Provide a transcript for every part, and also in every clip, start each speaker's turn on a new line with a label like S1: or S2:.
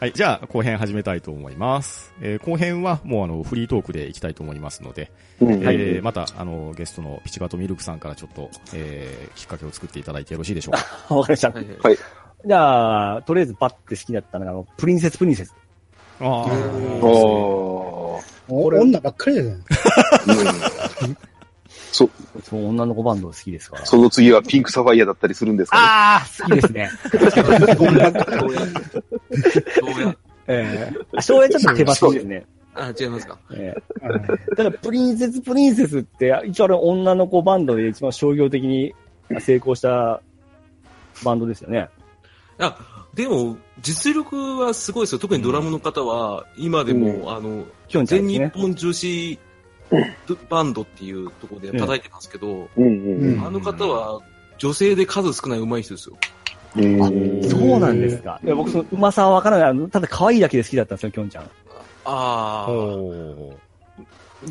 S1: はい、じゃあ後編始めたいと思います。えー後編はもうあのフリートークでいきたいと思いますので、
S2: うんはい
S1: えーまたあのゲストのピチバトミルクさんからちょっと、えーきっかけを作っていただいてよろしいでしょうか。
S3: わかりました。
S2: いはい
S3: じゃあ、とりあえずバッて好きだったのが、あのプリンセスプリンセス。
S1: あ
S2: あー
S4: お女ばっかりだよ。
S2: うんそ、
S3: そう、女の子バンド好きですから。
S2: その次はピンクサファイアだったりするんですか
S3: ああ、好きですね。
S5: どうやどうやどうや
S3: ええあ、昭和ちょっと手羽ですね。
S5: あ、違いますか。
S3: ええただ、プリンセスプリンセスって、一応あれ女の子バンドで一番商業的に成功したバンドですよね。
S5: あ、でも、実力はすごいですよ。特にドラムの方は、今でも、あの、
S3: きょんちゃ
S5: 全
S3: んです
S5: 日
S3: ね。
S5: 本女子バンドっていうところで叩いてますけど、
S2: ね。うん
S4: うん
S5: あの方は、女性で数少ない上手い人ですよ。
S2: うん。
S4: 日本
S3: そうなんですか。いや僕、そのうまさはわからないあの。ただ可愛いだけで好きだったんですよ、きょんちゃん。
S5: あ
S1: ー
S5: あ、
S1: おー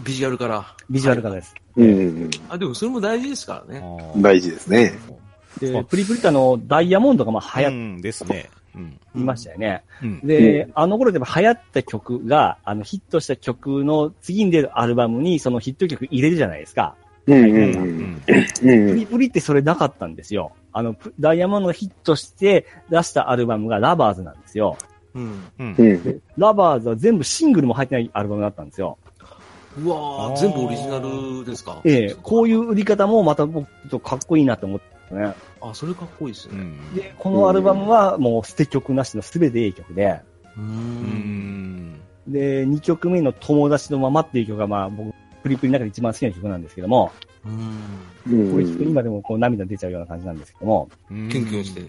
S5: ビジュアルから。
S3: ビジュアルからです。
S2: うん。
S5: あ、でもそれも大事ですからね。
S1: あー
S2: 大事ですね。
S3: で、プリプリってあの、ダイヤモンドがまあ流行っ
S1: うんですね。うん。
S3: ていましたよね。
S1: うん。
S3: で、あの頃でも流行った曲が、あの、ヒットした曲の次に出るアルバムにそのヒット曲入れるじゃないですか。
S2: うんう
S1: うん
S2: う
S1: ん
S2: ん。う
S3: プ
S2: ん
S3: リプリってそれなかったんですよ。あの、プダイヤモンドがヒットして出したアルバムがラバーズなんですよ。
S5: うん。
S1: うん
S2: う。ん。
S3: ラバーズは全部シングルも入ってないアルバムだったんですよ。
S5: うわ
S1: あ
S5: ー
S1: ー
S5: 全部オリジナルですか。
S3: ええこういうう売り方もまた僕ちょっとかっこいいなと思ってね。
S5: あ、それかっこいいです
S1: う
S5: ね。
S1: ん
S3: で、このアルバムはもう捨て曲なしの全ていい曲で、
S1: う
S5: う。
S1: んん。
S3: で、2曲目の友達のままっていう曲がまあ僕、プリプリの中で一番好きな曲なんですけども、
S5: うん。
S2: うん
S3: これ聞くと今でもこう涙出ちゃうような感じなんですけども。
S1: うん
S5: キュンキュンして。。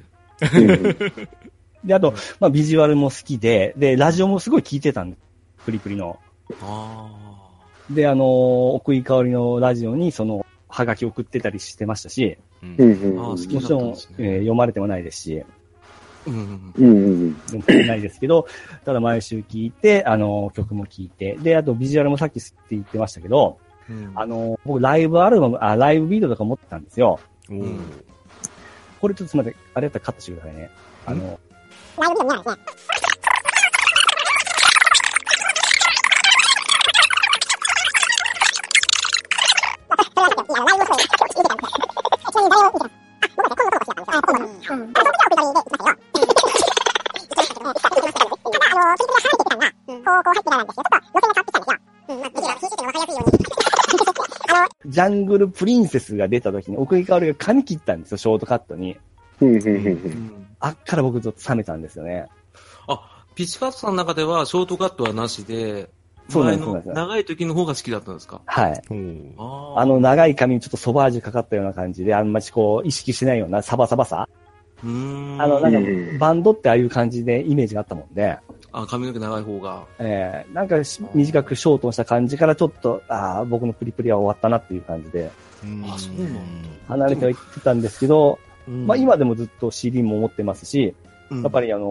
S3: で、あと、まあビジュアルも好きで、で、ラジオもすごい聞いてたんです。プリプリの。
S5: あ
S3: で、あのー奥井香織のラジオにその、ハガキ送ってたりしてましたし、
S1: うん
S2: うん
S5: あー好き
S3: もちろん、
S5: そうだったんです
S3: え
S5: ね
S3: ー読まれてもないですし、
S5: ーうん。
S2: うん。
S3: 読まれてないですけ ど、ただ毎週聞いて、あのー曲も聞いて、で、あとビジュアルもさっき好きって言ってましたけど、
S5: うん
S3: あのー僕ライブアルバム、あ、ライブビデオとか持ってたんですよ。
S1: おー
S3: これちょっとすみません、あれだったらカットしてくださいね。あのージャングルプリンセスが出た時に、奥行香織が髪切ったんですよ、ショートカットに。
S5: う
S2: うん。
S5: ん
S3: あっから僕ちょっと冷めたんですよね。
S5: あ、ピチカットさんの中ではショートカットはなしで、
S3: そうなん
S5: 前
S3: ですそうな
S5: の
S3: んです
S5: 長い時の方が好きだったんですか
S3: はい。
S1: おー
S5: あー
S3: あ、の長い髪にちょっとソバージュかかったような感じで、あんまりこう意識してないようなサバサバさ。
S5: うーん。
S3: あの、なんか
S2: うん
S3: バンドってああいう感じでイメージがあったもんで、
S5: あ、髪の毛長い方が。
S3: えー、なんかし短くショートした感じからちょっと、ああ、僕のプリプリは終わったなっていう感じで、
S1: うん
S5: あそうなんだ
S3: 離れてはいってたんですけど、
S5: うん
S3: まあ、今でもずっと CD も持ってますし、
S5: うん
S3: やっぱりあの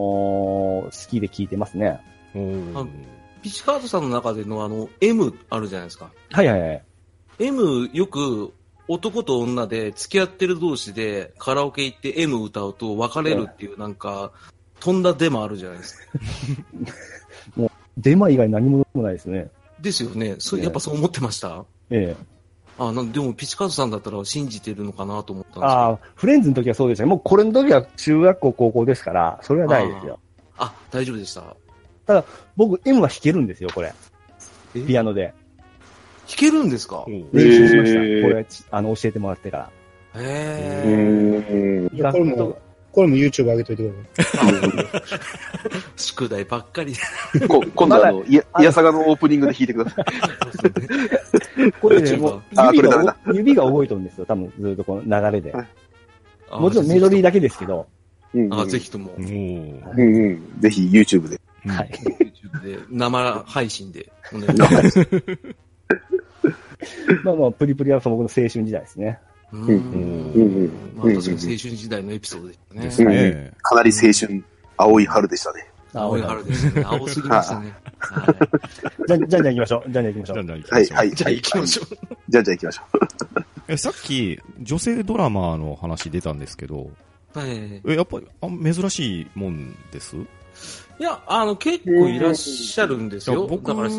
S3: ー好きで聴いてますね。
S1: おー
S5: ピチカートさんの中でのあの、M あるじゃないですか。
S3: はいはいはい。
S5: M よく男と女で付き合ってる同士でカラオケ行って M 歌うと別れるっていうなんか、飛んだデマあるじゃないですか。
S3: デマ以外何もないですね。
S5: ですよね。そう
S3: ええ
S5: やっぱそう思ってました
S3: ええ
S5: あ、なんでもピチカートさんだったら信じてるのかなと思ったんですけど。
S3: ああ、フレンズの時はそうでしたけどもうこれの時は中学校、高校ですから、それはないですよ。
S5: あ、大丈夫でした。弾
S3: 僕、M は弾けるんですよ、これ。
S5: え
S3: ピアノで。
S5: けるんですか
S1: おー
S2: え
S3: 練習しました。
S2: へー
S3: これ、ちあの、教えてもらってから。
S2: う
S5: へ
S2: ん。
S5: え。
S4: いやこれも、これも YouTube 上げといてください。
S5: 宿題ばっかりで。
S2: こ今度あの、いや、いやさがのオープニングで弾いてください。
S3: これね、
S5: YouTube
S3: もう
S2: あ
S3: 指
S2: これダメ
S3: が
S2: だ、
S3: 指が動いてるんですよ、多分、ずっとこの流れで。
S5: あ
S3: もちろんメロディーだ
S5: け。
S3: けですけど、
S2: うん
S5: あ、ぜ。ひとも
S1: お。ー
S2: うんうん。ぜひ YouTube で。
S3: は
S1: はい。
S3: い。
S5: YouTube で生配信でお願いします。
S3: まあまあ、プリプリはその僕の青春時代ですね。
S5: う
S2: うん
S5: ん
S2: うんうん
S5: まあ、確かに青春時代のエピソードでしたね。
S1: ですね。
S2: かなり青春、青い春でしたね。
S5: 青い春ですね。青すぎましたね。はい
S3: じゃんじゃんじゃん行きましょう。じゃんじゃん行きましょ
S1: じゃあ
S3: う。
S1: じゃ
S2: はい、
S1: あ行きましょう
S2: はい。
S5: じゃあ行きましょう。
S2: じゃあじゃあ行きましょ
S1: え、さっき、女性ドラマーの話出たんですけど、
S5: はい。
S1: え、やっぱり、あ珍しいもんです
S5: いや、あの、結構いらっしゃるんです
S1: いや
S5: よ。
S1: 僕
S5: だから、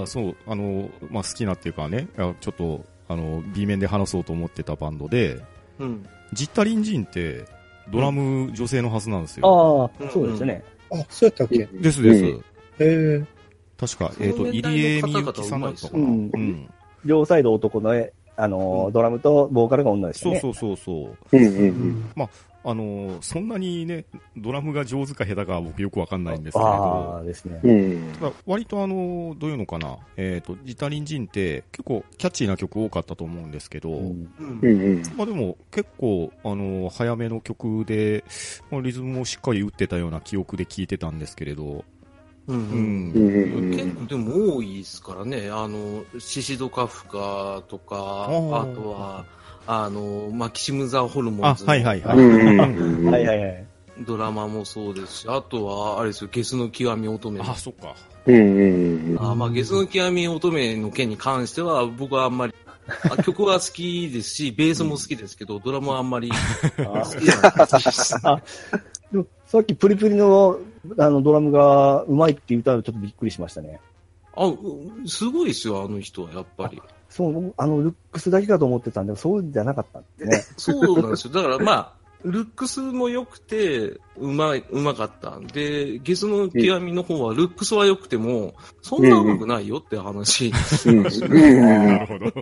S1: が、そう、あの、まあ、好きなっていうかね、あちょっと、あの、B 面で話そうと思ってたバンドで、
S5: うん。
S1: ジッタリンジンって、ドラム女性のはずなんですよ。
S3: あ
S5: う
S3: あ、
S5: ん
S3: そうですね。
S4: あ、そうやったっけへ
S1: ですです。
S2: うん
S4: え。
S1: 確か、えっ、
S5: その
S1: と、
S5: 年
S1: 入
S5: 代
S1: 江
S5: の
S1: み
S5: 方々
S1: ゆきさんだったか
S5: う
S1: な。うんん。
S3: 両サイド男の、あのー、ドラムとボーカルが女でした
S1: そう
S3: ね。
S1: そうそうそう。
S2: うんうんう。
S4: うんん
S1: あの、そんなにね、ドラムが上手か下手か僕よくわかんないんですけれ
S3: あ
S1: ど、
S3: あ、ですね。
S2: うん。
S1: まあ割とあの、どういうのかな、えっ、と、ジッタリンジンって結構キャッチーな曲多かったと思うんですけど、
S3: うん
S5: うん
S2: うんうん。
S1: まあでも結構、あの早めの曲で、まあ、リズムをしっかり打ってたような記憶で聞いてたんですけれど、
S5: う
S1: うんん。
S2: うんうんうん
S5: 結構でも多いですからね、あの、シシドカフカとか、あ
S1: ー
S5: とは、あの、マキシム・ザ・ホルモン
S1: あ、
S5: ズ
S1: はいはいはい。
S2: うんうんうん
S3: はいはいはい。
S5: ドラマもそうですし、あとは、あれですよ、ゲスの極み乙女も
S1: あ、そっか。
S2: うんうん
S5: あーまあ、ゲスの極み乙女の件に関しては、僕はあんまり、あ曲は好きですし、ベースも好きですけど、ドラムはあんまり
S3: あ
S5: 好きじゃ ないです。
S3: でもさっきプリプリのあのドラムがうまいって言ったらちょっとびっくりしましたね。
S5: あ、うすごいですよ、あの人は、やっぱり。
S3: そう、僕あの、ルックスだけかと思ってたんで、そうじゃなかったんですね。
S5: そうなんですよ。だからまあ、ルックスも良くて、うまい、うまかった。で、ゲスの極みの方は、ルックスは良くても、そんなうまくないよって話。
S1: なるほど。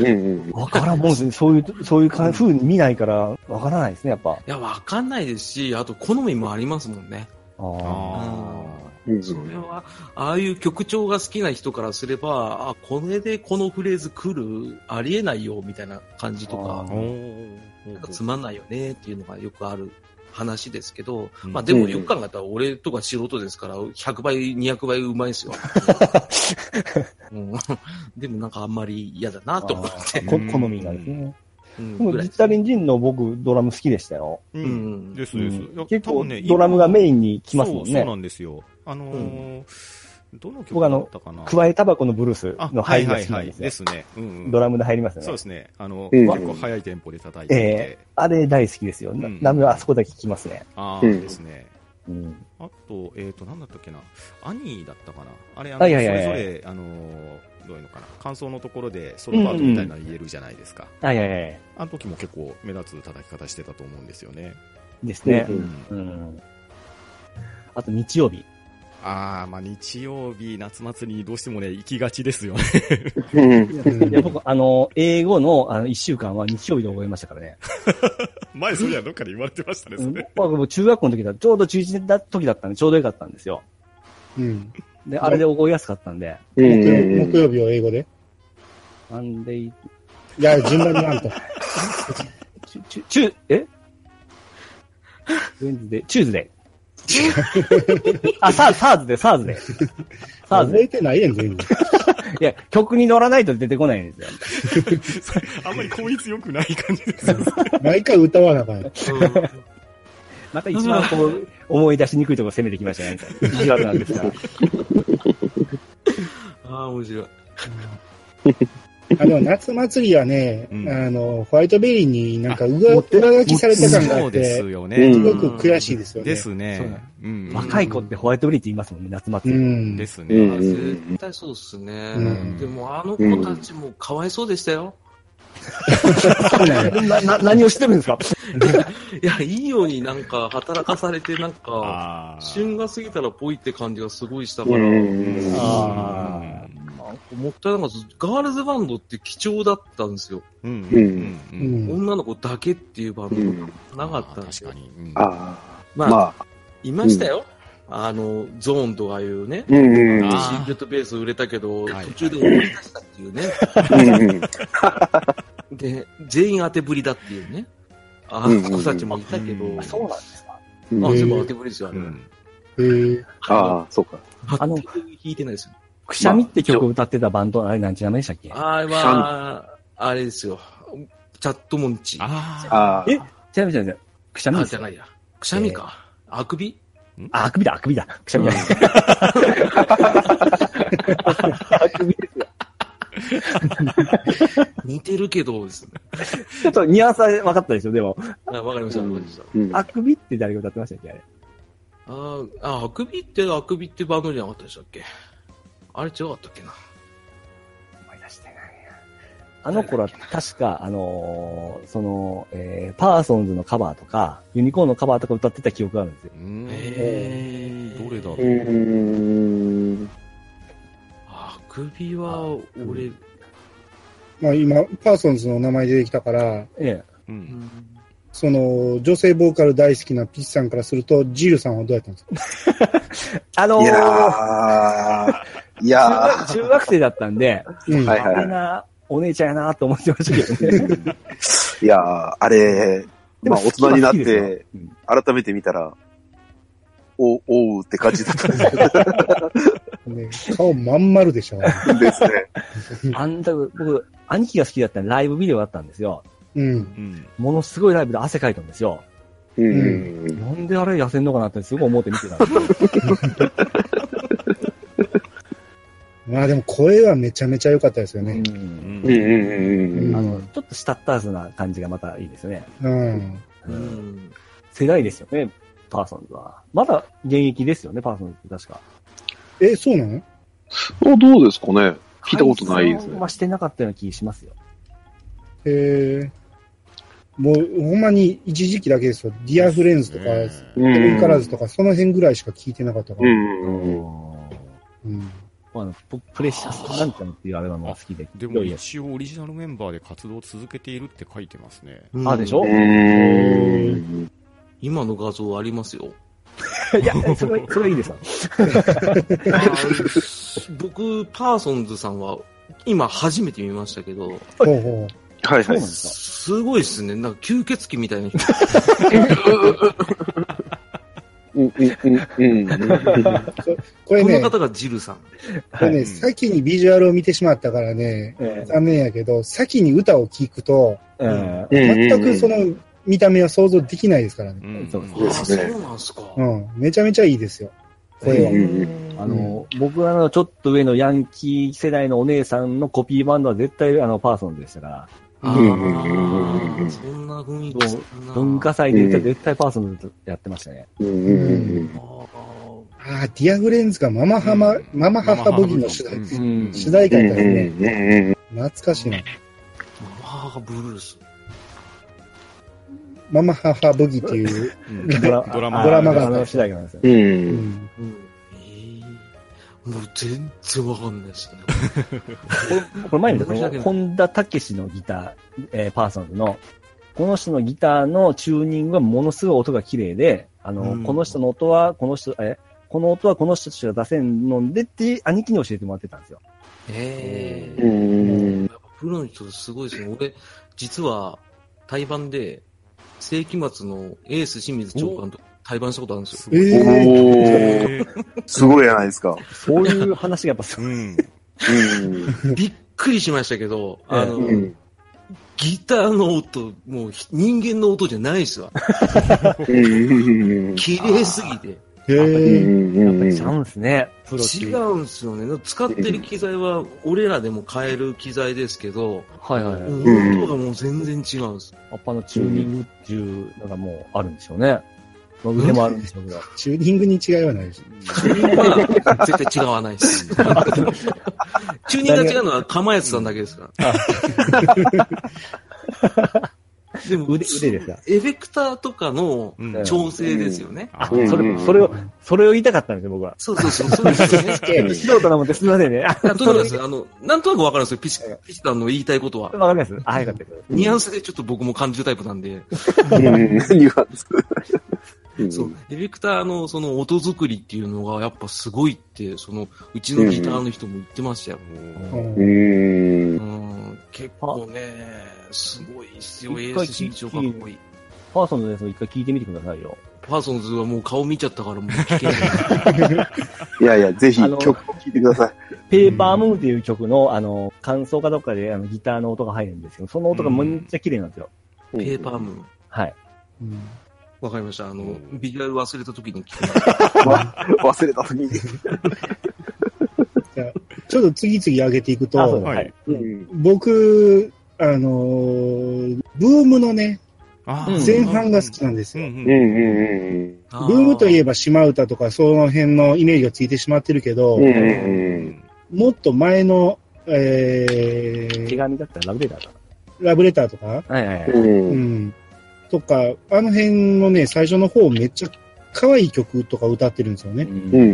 S2: うん
S3: わからんもんですね。そういう、そういうか風に見ないから、わからないですね、やっぱ。
S5: いや、わかんないですし、あと好みもありますもんね。
S3: あ
S1: あ
S2: うん
S5: それは、ああいう曲調が好きな人からすれば、あ、これでこのフレーズ来る、ありえないよ、みたいな感じと
S3: あ
S5: か
S1: あ。
S3: ー、
S5: なんかつまんないよねっていうのがよくある話ですけど、
S1: うん
S5: まあでもよく考えたら俺とか素人ですから、100倍、200倍うまいですよ。うん、でもなんかあんまり嫌だな
S3: あ。
S5: と思って。
S3: こ好みなんですね。
S5: うん
S3: でも、
S5: ぐら
S3: ジ
S5: い
S3: ッタリンジンの僕、ドラム好きでしたよ。
S1: う。
S5: うんん
S1: ですです。いや
S3: 結
S1: 多
S3: 構
S1: 分ね、
S3: ドラムがメインに来ます
S1: そ
S3: も
S1: うんそう
S3: ね
S1: な。んですよ。あのーどの曲
S3: 僕あ
S1: だ
S3: の
S1: ったかな
S3: 加えタバコのブルース
S1: あ、
S3: の
S1: は
S3: 入
S1: い
S3: り
S1: は
S3: が
S1: い
S3: 好き
S1: は
S3: なん
S1: い。
S3: ですよ
S1: で。すね。うんうん。
S3: ドラムで入りますよ
S1: そう
S3: ね
S1: で。すね。あの、
S2: うん
S1: 結構速いテンポで叩いて
S3: え
S1: て。
S3: えあれ大好きですよ。
S1: うん
S3: な、なあそこだけ聞きますね。
S1: ああ、
S2: うん
S1: ですね。
S3: うん。
S1: あと、えっ、と、なんだったっけな、アニーだったかな、あれ、あの
S3: はいはいはいはい
S1: それぞれ、あのーどういうのかな、感想のところでソロパートみたいなの言えるじゃないですか、
S3: はいはいはい。
S1: あの時も結構目立つ叩き方してたと思うんですよね。
S3: ですね
S2: う。ん
S3: うん。あと日曜日。
S1: ああ、まあ日曜日、夏祭りにどうしてもね、行きがちですよね。
S2: うん
S4: うん
S3: いや、僕、あの、英語の、あの、一週間は日曜日で覚えましたからね。
S1: 前、それはどっかで言われてましたね、
S3: う
S1: そ
S3: ん
S1: れ。
S3: 僕は中学校の時だ、ちょうど中1年だ時だったんで、ちょうどよかったんですよ。
S4: うん
S3: で、あれで覚えやすかったんで、
S2: う
S4: 木
S2: ん
S4: 曜木曜日を英語で。
S3: なんで、
S4: いや、順番になんと。
S3: ちゅ、ちゅ、ちゅ、えウェンズデー、チューズデー。あ、サーズ、サーズで、サーズで。サーズ
S4: 覚
S3: で。
S4: えてないやん、全部。
S3: いや、曲に乗らないと出てこないんですよ。
S1: あんまり効率良くない感じですよね。
S4: 毎回歌わなあかんやん。
S3: また一番こう、思い出しにくいところ攻めてきましたね。意地悪なんですが。
S5: ああ、面白い。
S4: あの、夏祭りはね、
S1: うん
S4: あの、ホワイトベリーになんか上
S3: 持って
S4: 裏書きされた感があ
S1: そう
S4: っ
S1: で
S4: て、
S1: すよ
S2: う
S1: ね。
S4: すご
S2: ん
S4: く悔しいですよね。
S1: です
S3: そう
S1: ね
S3: だ。
S1: うん
S3: 若い子ってホワイトブリーって言いますもんね、夏
S4: う
S3: 祭り。
S4: ん。
S1: ですね。
S2: うん
S5: あ絶対そうですね、
S4: うん
S5: でもあの子たちもかわいそうでしたよ。
S4: そうなんや
S3: な、な、 何をしてるんですか
S5: いや、いいようになんか働かされて、なんか、
S1: あー
S5: 旬が過ぎたらぽいって感じがすごいしたから、
S2: うん
S3: あ
S5: もったいなかったですガールズバンドって貴重だったんですよ。
S1: うんうんう
S4: うん
S1: うん
S4: ん。
S5: 女の子だけっていうバ
S2: う
S5: ン
S2: ん。
S5: ドなかったんです
S1: あー。確
S5: よ
S1: かに。うん
S2: あ
S5: ま
S2: あ。
S5: あ、
S2: まあ。
S5: いましたよ。あの、ゾーンとかいうね。
S2: うんうんうん。
S1: あー
S5: シークレットベース売れたけど、
S1: はい
S5: 途中で思い出したっ ていうね。
S2: うん
S5: で、全員当てぶりだっていうね。あ
S2: うんうんうん
S5: 子たちもいたけど。
S1: うん
S5: あ、
S1: あ
S5: そ
S3: そうなんですか。
S2: うん
S5: う全部当てぶりですよ、あ
S1: う
S5: れ。
S1: ん
S4: へー
S5: あ
S2: ああ、そうか。
S5: あ
S3: あ
S5: の、
S3: の
S5: 全く弾いてないですよ。
S3: くしゃみって曲を歌ってたバンド、あれなんちゃめでしたっけ
S5: あれは、あれですよ。チャットモンチ。
S1: あ
S2: ああ。
S3: えちなみにじゃないくしゃみ
S5: あ、
S3: で
S5: じ
S3: す
S5: ゃないや。くしゃみか。あくび
S3: あ、あくびだ、あくびだ。くしゃみだ。 あくびですよ。
S5: 似てるけどですね。
S3: ちょっとニュアンスは分かったでしょ、でも。
S5: あわかりました、わかりました。
S2: うん
S3: あくびって誰が歌ってましたっけあれ。
S5: あーあ、あくびって、あくびってバンドじゃなかったでしたっけあれ違かったっけな。
S3: 思い出してないや。あの頃は確か、あのーその、えー、パーソンズのカバーとか、ユニコーンのカバーとか歌ってた記憶があるんですよ。
S1: うーん
S5: え
S1: どれだろう
S2: うん。
S5: あくびは、俺、
S4: まあ今、パーソンズの名前出てきたから、
S3: え
S1: うん。
S4: その、女性ボーカル大好きなピッチさんからすると、ジルさんはどうやったんですか
S3: え。あのー
S2: いやー。い
S3: 中
S2: や
S3: 学中学生だったんで、
S4: うん。
S2: はい
S3: あれな、お姉ちゃんやなと思ってましたけどね。
S2: ー。いやー、あれ、
S3: で
S2: ま
S3: も
S2: あ大人になっ
S3: 好きは好きです
S2: て、
S3: ようん
S2: 改めて見たら、お、おうって感じだったんです
S4: ね顔まん丸で しょ。
S2: ですね。
S3: あんた、僕、兄貴が好きだったんでライブビデオだったんですよ。
S4: うん。
S1: うん。
S3: ものすごいライブで汗かいたんですよ。
S2: うん。
S3: なんであれ痩せんのかなってすごい思って見てたんですよ。
S4: まあでも声はめちゃめちゃ良かったですよね。
S3: うん
S2: うんうんうん
S3: あの、ちょっとしたったずな感じがまたいいですよね。
S4: うん。
S5: うん。
S3: 世代ですよね、パーソンズは。まだ現役ですよね、パーソンズって確か。
S4: え、そうなの
S2: うん。どうですかね聞いたことないですね
S3: 解散はしてなかったような気しますよ。
S4: えー、もうほんまに一時期だけですよ。ディアフレンズとか、
S1: ね
S4: ト
S2: う
S4: ミカラーズとか、その辺ぐらいしか聞いてなかったか
S2: う
S4: ら。
S2: ん。
S4: うん。
S3: まああのププレシャスなんちゃんっていうアルバムが好きで。
S1: で
S3: い
S1: も
S3: やいや
S1: 一応オリジナルメンバーで活動を続けているって書いてますね。
S3: あ、でしょ、
S2: う
S3: い
S2: ん。
S5: 今の画像ありますよ。
S3: や、それは、それはいいですよ。
S5: 僕、パーソンズさんは、今初めて見ましたけど、
S4: ほうほ
S2: はいはい
S3: そうなん。ですか
S5: すごいですね。なんか吸血鬼みたいな人。
S2: うんうんうん。
S4: う。これ
S5: この
S4: ね、
S5: 方がジルさん。
S4: これ
S1: は
S4: ね、
S1: い
S4: 先にビジュアルを見てしまったからね、
S3: え
S4: 残念やけど、先に歌を聴くと、
S3: ええ
S4: 全くその見た目は想像できないですからね。
S1: うん
S3: そうです
S2: ね
S5: あそうなんすか。
S4: うん。めちゃめちゃいいですよ。声は。
S3: えあの、僕はあの、ちょっと上のヤンキー世代のお姉さんのコピーバンドは絶対あの、パーソンズでしたから、
S5: あ
S2: うんうんうんう
S5: ー
S2: ん
S5: そんな雰囲気するな
S3: 文化祭で言ったら絶対パーソンズやってましたね。
S2: うん
S5: あー
S4: ああ、ディアフレンズがママハマ、ママハハブギの主題、
S1: うん
S3: ん
S4: 主題歌やったんですね。
S2: ん。
S4: 懐かしいな。
S5: あー、ブルース。
S4: ママハハブギっていう、
S1: うん
S3: ドラ
S1: ドラマ
S3: あ
S4: ドラマが
S3: ドラマ主題歌なんですよ。
S4: う
S2: うん。
S4: ん、
S5: うんえーもう全然わかんないですね。
S3: これ前に言った本田武史のギター、えーパーソンズの、この人のギターのチューニングはものすごい音が綺麗で、あの、
S5: うん
S3: この人の音は、この人、え、この音はこの人しか出せんのでって、兄貴に教えてもらってたんですよ。
S5: え
S2: う
S5: ー
S2: ん。
S5: やっぱプロの人すごいですね。俺、実は、対バンで、世紀末のエース清水長官と対バンしたことあるんです
S1: す
S5: よ。
S1: ごい
S4: え
S2: おおすごいじゃないですか。
S3: そういう話がやっぱす
S1: うん。
S2: う
S5: びっくりしましたけど、
S3: ええ
S5: あの、
S2: ん。
S5: ギターの音、もうひ人間の音じゃないですわ。
S2: うん。
S5: 綺麗すぎて。
S4: へえ。
S3: ごいちゃ
S2: う
S3: うんですね、プロってい
S5: 違
S3: う。
S5: うんですよね。使ってる機材は、俺らでも買える機材ですけど、
S3: はいはいはい。
S2: ん
S5: 音がもう全然違うんです。
S3: アッパのチューニングっていうのがもうあるんでしょうね。まあ腕もあるんでしょうけど。
S4: チューニングに違いはないです。
S5: チューニングは絶対違わないです。 チューニングが違うのは釜安さんだけですから。でも
S3: 腕、腕ですか。
S5: エフェクターとかの
S1: うん
S3: うん
S5: 調整ですよね。
S1: あ
S2: うん
S3: それ、それを、それを言いたかったんですよ、僕は。
S5: そうそうそう、そうですよ
S2: う
S5: ね。
S2: ん
S3: 素人なもんですいませんね。あ
S5: いやとにかくですねあの、なんとなくわかるんですよ、ピチ、ピチタンの言いたいことは。
S3: わかりますあ、よかったです。
S5: ニュアンスでちょっと僕も感じるタイプなんで、
S2: ん。ニュアンス。
S5: そう、エフェクターのその音作りっていうのがやっぱすごいって、その、うちのギターの人も言ってましたよ。
S4: う
S3: うん
S4: ん
S2: うん
S5: う。ん、結構ね、すごいっすよ、エ
S3: 一
S5: ー
S3: 回
S5: ス身長かっこいい。
S3: パーソンのやつも一回聞いてみてくださいよ。
S5: パーソンズはもう顔見ちゃったからもう聞けない。
S2: いやいや、ぜひ曲を聴いてください。
S3: ペーパームーンっていう曲の、あの、感想かどっかであのギターの音が入るんですけど、その音がめっちゃ綺麗なんですよ。
S5: ペーパームーン。
S3: はい。
S4: うん
S5: わかりました。あ
S1: う
S5: の、
S1: ん
S5: ビジュアル忘れた時に聞け
S2: 忘れた時に。
S4: ちょっと次々上げていく
S3: あそう
S4: と
S3: だ、
S1: はい。
S2: うん。
S4: 僕、あのーブームのね、
S1: あ
S5: うん
S1: ー
S4: 前半が好きなんです
S1: うん
S4: よ。
S1: うん
S6: うんうん
S4: ブームといえ
S5: ば、
S4: ば島唄とかその辺のイメージがついてしまってるけど、
S6: うんうんう
S1: うん
S6: ん
S4: もっと前の、え
S3: 手
S4: ー、
S3: 紙だったらラブレターとか。
S4: ラブレターとか、
S3: はいはいは
S6: う
S3: い。
S6: んうん
S4: う。ん、とか、あの辺のね、最初の方めっちゃ可愛い曲とか歌ってるんですよね。
S6: うんうんう
S5: う
S6: ん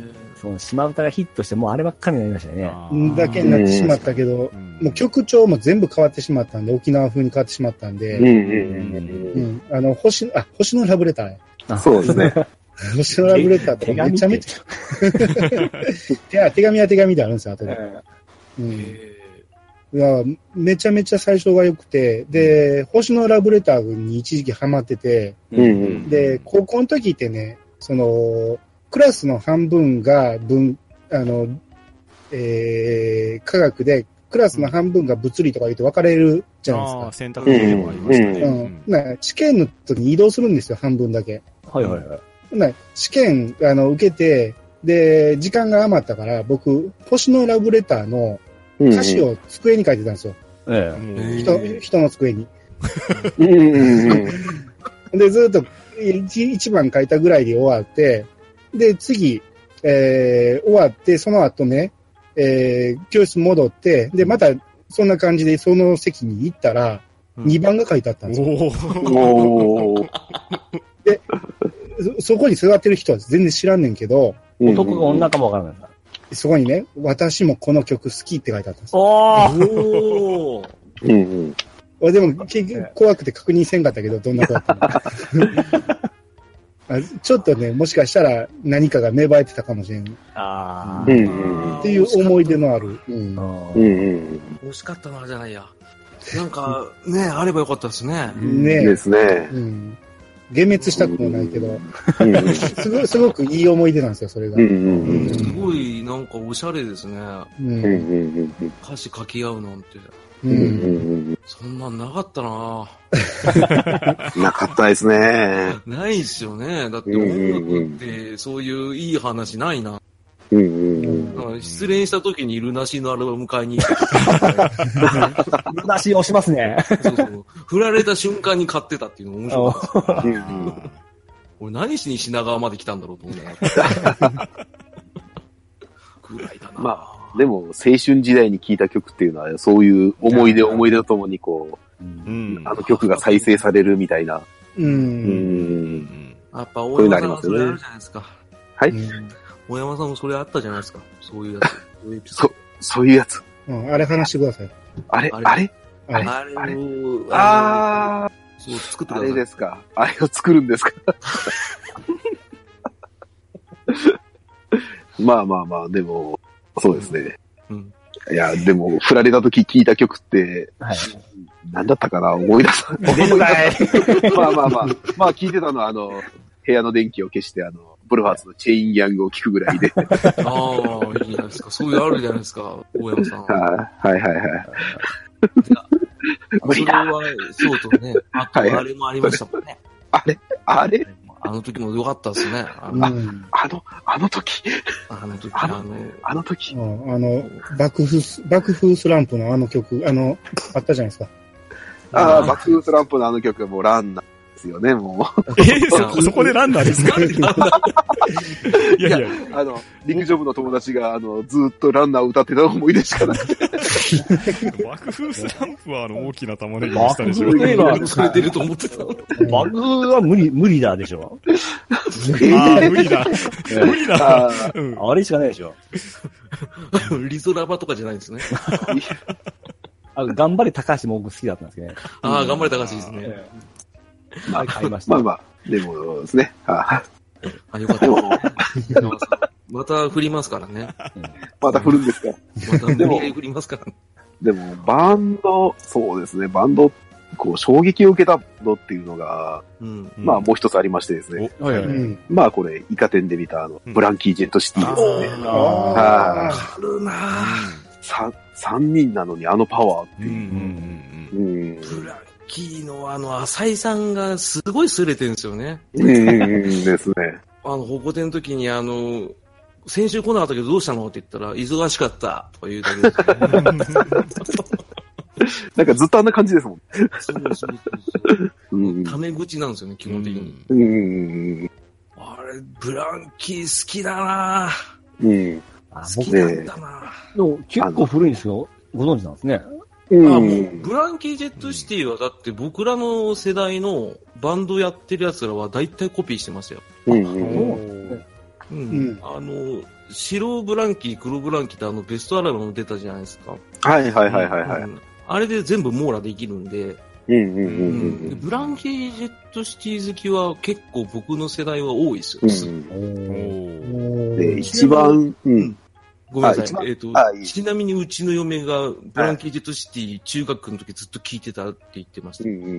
S5: ん
S3: その島唄がヒットして、もうあればっかりになりましたよね。
S1: あー
S4: だけになってしまったけど、
S1: ん
S4: もう曲調も全部変わってしまったんで、沖縄風に変わってしまった
S6: う
S4: ん
S6: んう
S4: で、
S6: んうん
S4: う
S6: うん
S4: ん、あの、星、あ、星のラブレターや。
S3: あ
S6: そうですね。
S4: 星のラブレターと
S3: 手
S4: か
S3: 紙
S4: め
S3: っ
S4: ちゃめ
S3: て
S4: ち。ゃ、手紙手紙は手紙であるんですよ、後
S3: う
S4: で。
S3: ん
S4: うん。
S5: え
S4: いや、めちゃめちゃ最初が良くて、で、星のラブレターに一時期ハマってて、
S6: うんうん
S4: で、高校の時ってね、その、クラスの半分が文、あの、えー、科学で、クラスの半分が物理とか言って分かれるじゃないです
S1: あ
S4: か
S1: ー。選択肢でもありましたね。
S6: ー
S4: うん。な試験の時に移動するんですよ、半分だけ。
S3: はいはいはい。
S4: な試験、あの、受けて、で、時間が余ったから、僕、星のラブレターの
S6: うん
S4: 歌詞を机に書いてたんですよ。
S3: え
S1: うん
S5: へー
S4: 人、人の机に。
S6: うんうんうん
S4: で、ずっと一一番書いたぐらいで終わって、で、次、えー終わって、その後ね、えー教室戻って、で、また、そんな感じで、その席に行ったら、
S1: うん
S4: 2番が書いてあったんですよ。
S1: お
S6: おー
S4: そそこに座ってる人は全然知らんねんけど、
S6: うんうん
S3: 男か女かもわからない。
S4: そこにね、私もこの曲好きって書いてあったんですよ。
S3: おー
S5: おー
S6: うんうん
S4: 俺でも結局怖くて確認せんかったけど、どんな子だったのかあちょっとね、もしかしたら何かが芽生えてたかもしれん。っ
S3: あ
S6: う
S3: ー
S6: んうん
S4: ていう思い出のある。うん
S6: うん
S3: うん
S6: うん
S5: 惜しかったな、じゃないや。なんか、ね、あればよかったですね。
S6: う
S4: ね
S6: ん
S4: え、
S6: ですね
S4: うん。幻滅したくもないけど、
S6: うん
S4: すごすごくいい思い出なんですよ、それが。
S6: うんうんうん
S5: すごい、なんか、おしゃれですね。
S4: う
S6: う
S4: ん
S6: んうん
S5: 歌詞書き合うなんて。
S4: う
S6: うんうんんうん
S5: そんなんなかったな
S6: うんなかったですね
S5: ないっすよね。だって
S6: うんう
S5: 音
S6: んうん
S5: 楽って、そういういい話ないな。
S6: うんうんうん
S5: なんか失恋した時にルナシーのアルバム買いに行って。
S3: ルナシー押しますね。
S5: そうそう振られた瞬間に買ってたっていうの面白かった。
S1: ー
S5: 俺何しに品川まで来たんだろうと思うんだよ。 ぐらいだな。
S6: までも、青春時代に聴いた曲っていうのは、そういう思い出思い出とともに、こ
S1: う
S6: う、
S1: ん
S6: あの曲が再生されるみたいな。
S4: う。
S6: うんん。
S5: やっぱ大山さんはそれあるじゃないですか。
S6: はい
S4: うん
S5: 大山さんもそれあったじゃないですか。そういうやつ。そういうエピソー
S6: そ、そういうやつ。
S4: うんあれ話してください。
S6: あれ
S5: あれ
S6: あれ
S5: ド
S4: あれ。
S5: あれを、
S6: あ
S5: あのそう、作って
S6: あ
S5: くだ
S6: れ
S5: さい。
S6: ですか。あれを作るん ですか。まあまあまあ、でも、そうですね。
S5: うん
S6: いや、でも、振られた時聴いた曲って、
S3: はい。
S6: 何だったかな思い出さ、思い 出
S3: い。
S6: まあまあまあ、まあ聞いてたのは、あの、部屋の電気を消して、あの、ブルファーズのチェインギャングを聞くぐらいで。
S5: ああ、いいじゃないですか。そういうあるじゃないですか、大山 さん。
S6: はいはいはいはい。無
S5: そ
S6: 理
S5: れ
S6: だ。
S5: は、そうとね、あと、
S6: はいはい
S5: あれもありましたもんね。
S6: あれあれ
S5: あの時も良かったですね。あ
S4: うん
S5: の
S6: あの、あの時
S5: あの時、あ
S6: あ
S5: の
S6: の、あの時
S4: うんあの、爆風ス、爆風スランプのあの曲、あの、あったじゃないですか。
S6: ああ、バックスランプのあの曲はもうランなんですよね、もう。
S1: えそこ、そこでランナーですかいやいや、
S6: あの、陸上部の友達が、あの、ずーっとランナーを歌ってた思い出しかなくて。
S1: 爆風スランプはあの大きな玉ねぎでし
S3: 爆
S1: た
S3: 風
S1: でしょ。
S3: といえば、
S5: 忘れてると思ってた。
S3: 爆風は無理、無理だでしょ。
S1: ああ、無理だ。無理だ。
S6: あー
S1: うん
S3: あれしかないでしょ。
S5: リゾラバとかじゃないんですね。
S3: あ頑張れ高橋も僕好きだったんですけどね。
S5: ああ、頑張れ高橋ですね。
S3: あれ買いました。
S6: まあまあ、でもですね。あ
S5: あ、よかった。大山さんまた振りますからね。
S6: ーまた振るんですか。
S5: また無理やり振りますからね。
S6: でも、バンド、そうですね、バンド、こう、衝撃を受けたのっていうのが、
S5: うん。
S6: まあ、もう一つありましてですね。
S1: おはいはい
S4: うん。
S6: まあ、これ、イカ天で見た、あの、ブランキー・ジェット・シティですね。
S4: あー
S5: あるなぁ。
S6: さ三人なのにあのパワーって
S1: うんうんう
S6: いう。
S1: ん
S6: うん。うん
S5: ブラッキーのあの、浅井さんがすごい擦れてるんですよね。
S6: うんうんですね。
S5: あの、保護展の時にあの、先週来なかったけどどうしたのって言ったら、忙しかったとか言うだけですよね。
S1: うん
S6: なんかずっとあんな感じですもん。
S5: そうそうそうそう
S6: うん。
S5: タメ口なんですよね、基
S1: う
S5: 本的に。
S1: ん
S6: うん。
S5: あれ、ブランキー好きだなぁ
S6: うん。
S3: あ
S5: 好
S3: 僕
S5: きなんだなぁ
S3: でも結構古いんですよ。ご存知なんですね。
S6: う。
S5: あもうんブランキー・ジェット・シティはだって僕らの世代のバンドやってる奴らは大体コピーしてましたよ。
S6: うん。
S5: うん。
S4: うん
S5: あの、白ブランキー、黒ブランキーってあのベストアルバム出たじゃないですか。
S6: はいはいはいはいは
S5: う
S6: い。
S5: んあれで全部網羅できるんで、
S6: うんうん
S5: う
S6: うんん
S5: でブランキー・ジェット・シティ好きは結構僕の世代は多いですよ。
S6: うん。う
S5: す
S6: ん。
S3: おー
S1: お
S6: で、一番、うん。
S5: ごめんな
S6: あ
S5: さ
S6: 一
S5: い。
S6: 番
S5: えっ、と
S6: あいい
S5: ちなみにうちの嫁がブランキー・ジェット・シティ中学の時ずっと聞いてたって言ってま
S6: う
S5: した。
S6: んうん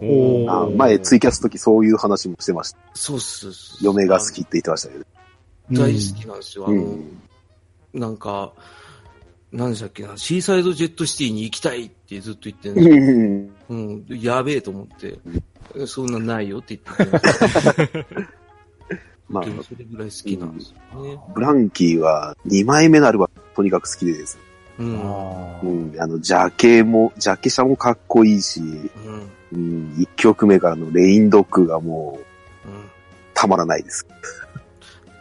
S6: うん。
S1: お
S6: あ
S1: ー
S6: 前、ツイキャスの時そういう話もしてました。
S5: そうっす。そうっす
S6: 嫁が好きって言ってましたけど。
S5: 大好きなんですよ。あ
S6: う
S5: の、
S6: ん。
S5: なんか、何でしたっけな、シーサイドジェットシティに行きたいってずっと言ってるん
S6: う
S5: ですよ
S6: ん。
S5: うん、でやべえと思って、そんなんないよって言ってた。
S6: まあ
S5: で、もそれぐらい好きなんですよね。
S6: ブランキーは2枚目のアルバム、とにかく好きでですね。
S5: うん。
S3: あー
S6: うん。あの、ジャケも、ジャケ写もかっこいいし、
S5: うん。うん。
S6: うん。1曲目からのレインドッグがもう、たまらないです。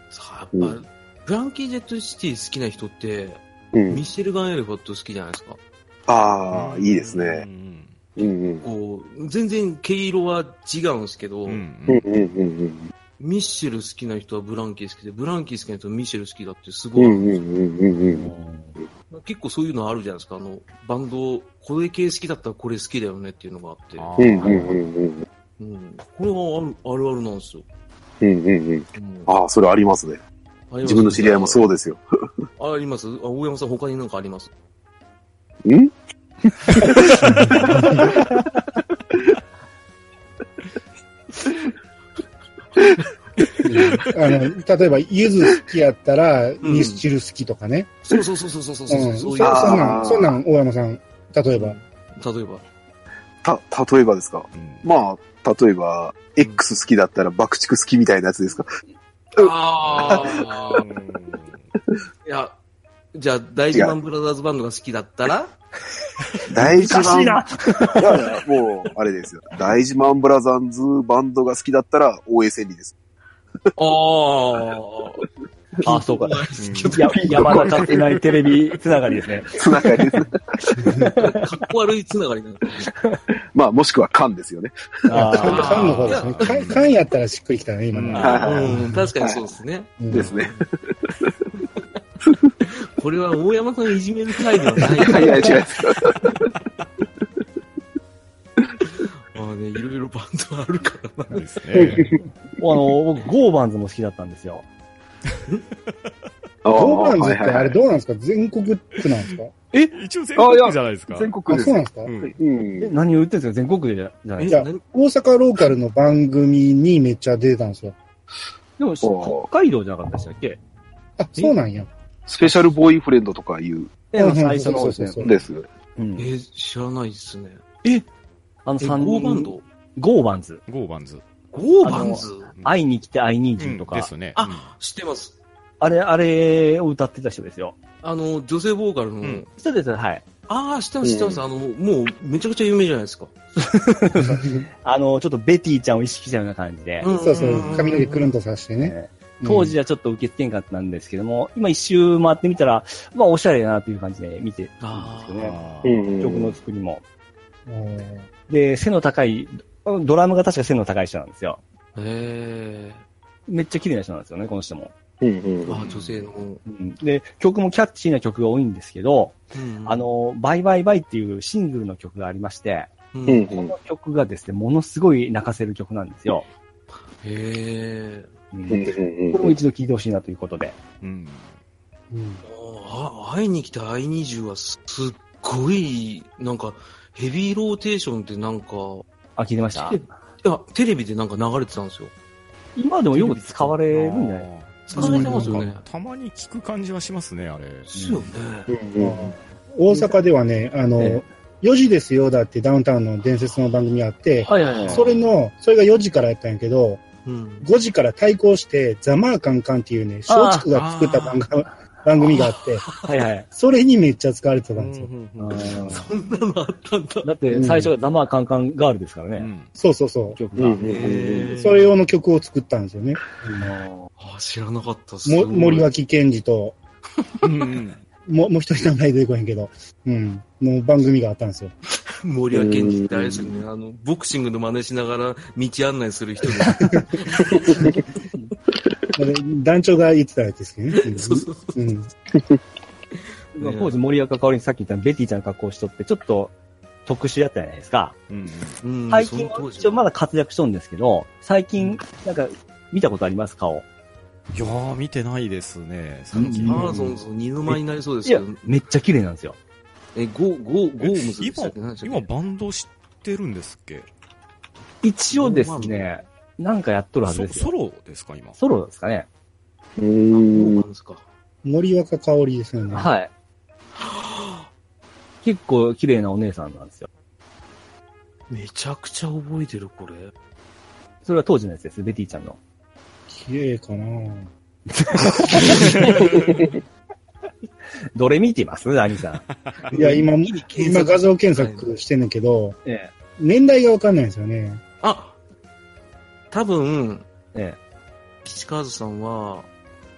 S5: さあ、
S6: うん
S5: やっぱ、ブランキー・ジェットシティ好きな人って、
S6: うん
S5: ミ。シェル・ガン・エレファット好きじゃないですか。
S6: ああ、いいですね。
S1: うん
S6: うん
S5: こう、全然毛色は違うんですけど、
S1: うん
S6: うん。うんうんうん
S5: ミッシェル好きな人はブランキー好きで、ブランキー好きな人はミッシェル好きだってす
S6: う
S5: ごい。
S6: ん。うんうんうんうんうん。
S5: 結構そういうのあるじゃないですか。あの、バンド、これ系好きだったらこれ好きだよねっていうのがあって。
S1: あ
S6: う
S1: ー
S6: んうんうんうん。
S5: うん。これはあるあるあるなんですよ。
S6: うんうんうん。
S5: うん
S6: ああ、それありますね。自分の知り合いもそうですよ。
S5: あります。あ、大山さん他になんかあります
S6: ん
S4: あの、例えば、ゆず好きやったら、
S5: ん
S4: ミスチル好きとかね。
S5: そうそうそうそうそうそうそう、
S4: うん。
S5: そ
S4: そうそ
S5: い
S4: ん
S5: う。
S6: あー
S4: なん、そんなん、大山さん、例えば。
S5: 例えば。
S6: た、例えばですか
S1: うん
S6: まあ、例えば、X 好きだったら爆竹好きみたいなやつですかうん
S5: ああ。いや、じゃあ、大事マンブラザーズバンドが好きだったら
S6: 大事
S3: 難しい
S6: マン
S3: な、
S6: いやいやもう、あれですよ。大事マンブラザーズバンドが好きだったら、大江千里です。
S5: ああ。
S3: あ、そうか。
S1: うん
S3: や山田勝てないテレビつながりです ね。
S6: つながりです。
S5: かっこ悪いつながりなんですね
S6: まあ、もしくはカンですよね。
S3: あ
S4: 缶の方ですね。缶缶やったらしっくりきたね、今
S1: う
S4: ね
S1: ん。
S6: はいはい
S5: うん、確かにそうですね。
S4: うん
S6: ですね。
S5: これは大山さんいじめる回ではない
S6: いやいや、違います。
S5: まあね、いろいろバンドあるからな。
S1: ですね。
S3: あの、僕、ゴーバンズも好きだったんですよ。
S4: 豆板
S6: は
S4: ズ
S6: い
S4: って
S6: はい
S4: あれどうなんですか全国区なんですか
S1: 一応全国じゃないですか。
S6: 全
S4: あ、
S6: 国で
S4: そう
S6: す
S4: なん。ですか
S1: うん
S6: うん
S3: え、。何を言ってるんですか全国でじゃないで
S5: え
S3: すか。
S4: や
S5: 何
S4: 大阪ローカルの番組にめっちゃ出てたんですよ。
S3: でも、北海道じゃなかったでしたっけ
S4: あ、そうなんや。
S6: スペシャルボーイフレンドとかいう、
S3: え、
S4: うん
S3: 最初の方です
S4: そうそうそう
S3: ね。
S6: です。
S3: うん
S5: え、知らないですね。
S3: あの、
S5: え、
S3: 3人。
S5: ゴーバンド
S3: ゴーバンズ。
S1: ゴーバンズ。
S5: ゴーバンズ
S3: 会いに来て会いに行
S1: うん
S3: とか、
S1: ですね。
S5: あ、知ってます。
S3: あれ、あれを歌ってた人ですよ。
S5: あの、女性ボーカル
S1: う
S5: の
S1: ん。
S3: そうです、はい。
S5: ああ、知ってます、知ってます。あの、もう、めちゃくちゃ有名じゃないですか。
S3: あの、ちょっとベティちゃんを意識したような感じで、
S5: うん
S4: そうそう。髪の毛くるんとさしてね。
S3: えー当時はちょっと受け付けんかったんですけども、今一周回ってみたら、まあ、おしゃれだなという感じで見てたんですけどね。
S1: あ
S6: う
S1: ー
S6: ん
S3: 曲の作りも。
S4: うん
S3: で、背の高い、ドラムが確か背の高い人なんですよ。
S5: へえ。
S3: めっちゃ綺麗な人なんですよね、この人も。
S6: うんうん
S5: ああ、女性の。うん
S3: うんで、曲もキャッチーな曲が多いんですけど、あ、の、バイバイバイっていうシングルの曲がありまして、
S5: うん
S6: うん
S5: へ
S6: う
S3: こ
S6: ん
S3: の曲がですね、ものすごい泣かせる曲なんですよ。
S5: え。
S3: うん
S6: うんうん
S3: これも一度聴いてほしいなということで。
S1: うん。
S4: うん
S5: ああ、会いに来て会いに十はすすっごい、なんか、ヘビーローテーションってなんか、
S3: あ、聞いてました
S5: テレいや、テレビでなんか流れてたんですよ。
S3: 今でもよく使われるんじゃない
S1: あ
S5: 使われてますよ
S1: ー
S5: ね。
S1: たまに聞く感じはしますね、あれ。
S5: ですよね。
S6: うんうん
S4: 大阪ではね、あ
S3: え
S4: の、4時ですよだってダウンタウンの伝説の番組あって、
S5: はいはいはい。
S4: それの、それが4時からやったんやけど、
S5: うん。
S4: 5時から対抗して、ザマーカンカンっていうね、松竹が作った番組番組があって、
S3: はいはい。
S4: それにめっちゃ使われてたんですよ。
S1: ん
S3: あー
S5: そんなのあったんだ。
S3: だって、最初が生カンカンガールですから
S1: う
S3: ね、
S1: ん
S4: そうそうそ
S3: 曲
S6: うん
S3: が。
S6: うん
S5: へ
S4: う。
S5: ー
S4: それ用の曲を作ったんですよね。
S5: あ知らなかったっす
S4: も森。脇健児 と、
S1: うん
S4: ももう一人名前出てこへんけど、うん、の番組があったんですよ。
S5: 森脇健児ってあれですよね。あの、ボクシングの真似しながら道案内する人 が。
S4: あれ団長が言ってたやつですけどね。
S5: そうそう。
S4: うん、
S3: まあ当時森岡香織にさっき言ったベティちゃんの格好をしとって、ちょっと特殊だったじゃないですか。
S1: うん
S5: うん
S3: 最近
S5: その
S3: は
S5: 当時
S3: 一応まだ活躍しとんですけど、最近、なんか、見たことあります顔。
S1: いやー、見てないですね、さ
S3: う
S1: っ
S3: ん
S1: き。
S5: マラソンズの二の舞になりそうです
S3: い
S5: け
S3: や
S5: ど、、
S3: めっちゃ綺麗なんですよ。
S5: え、ゴー、ゴー、ゴームズでしたっけ
S1: 今、今、バンド知ってるんですっけ
S3: 一応ですね、なんかやっとるはず
S1: ソ
S3: ですよ。
S1: ソロですか、今。
S3: ソロですかね。
S6: う。
S5: そうなんんですか。
S4: 森若香織ですよね。
S3: はい。結構綺麗なお姉さんなんですよ。
S5: めちゃくちゃ覚えてる、これ。
S3: それは当時のやつです、ベティちゃんの。
S4: 綺麗かな
S3: どれ見てます兄さん。
S4: いや、今、
S5: 検
S4: 今
S5: 索
S4: 画像検索してんねんけど、
S3: え
S4: 年代がわかんないんですよね。
S5: あ多分、
S3: え。ええ。
S5: 岸川さんは、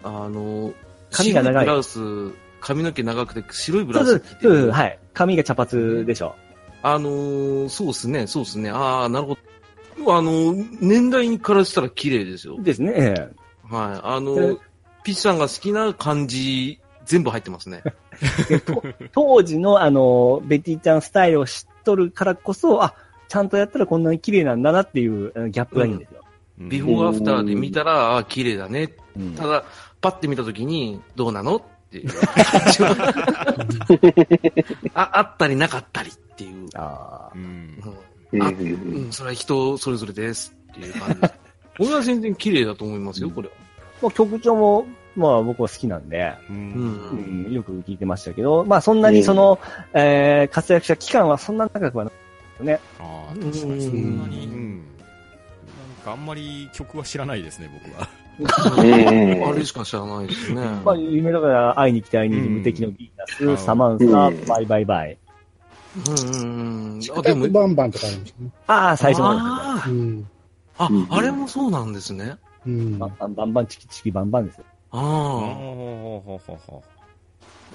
S5: あの、
S3: 髪が長い
S5: 白ブラウス、髪の毛長くて白いブラ
S3: そう
S5: ウ
S3: そ
S5: ス
S3: う
S5: 着て
S3: そうそう、
S5: る。
S3: はい。髪が茶髪でしょ。
S5: あのー、そうですね、そうですね。ああ、なるほど。あのー、年代にからしたら綺麗ですよ。
S3: ですね。ええ。
S5: はい。あの
S3: え
S5: ー、ピッチさんが好きな感じ、全部入ってますね。
S3: 当時のあの、ベティちゃんスタイルを知っとるからこそ、あ、ちゃんとやったらこんなに綺麗なんだなっていうあのギャップがいいんですよ。
S1: うん
S5: ビフォーアフターで見たら、ああ、綺麗だね。
S3: うん
S5: ただ、パッて見たときに、どうなのって いう感じはあ。あったりなかったりっていう。
S3: ああ。
S1: うん
S5: うん
S6: うん
S5: あ
S6: うんうん
S5: うん、それは人それぞれですっていう感じ です。俺は全然綺麗だと思いますよ、これは。
S3: まあ、曲調も、まあ僕は好きなんで、
S1: う
S5: うん。
S3: うんん、よく聞いてましたけど、まあそんなにその、えー、活躍した期間はそんな長くはな
S1: ああ、確かにそんなに、
S5: うん
S1: うんなんかあんまり曲は知らないですね、僕は。
S6: うん
S5: あれしか知らないですね。
S3: まあ有名だから、会いに来て会いに行き
S1: うん
S3: 無敵のビーナ
S1: うん
S3: ス、サマンサ
S6: うん、
S3: バイバイバイ。
S5: うんうんうん。
S4: チ
S5: あ、
S4: ク
S5: で
S4: タ
S5: も
S4: ク、バンバンとかあるんですよね。
S3: ああ、最初のや
S5: あ
S4: うん。
S5: あ
S6: うん、
S5: あれもそうなんですね。
S4: うん
S3: つ。バンバンバンバンチキチキバンバンですよ。
S1: あー
S5: あ
S1: ほうほうほうほ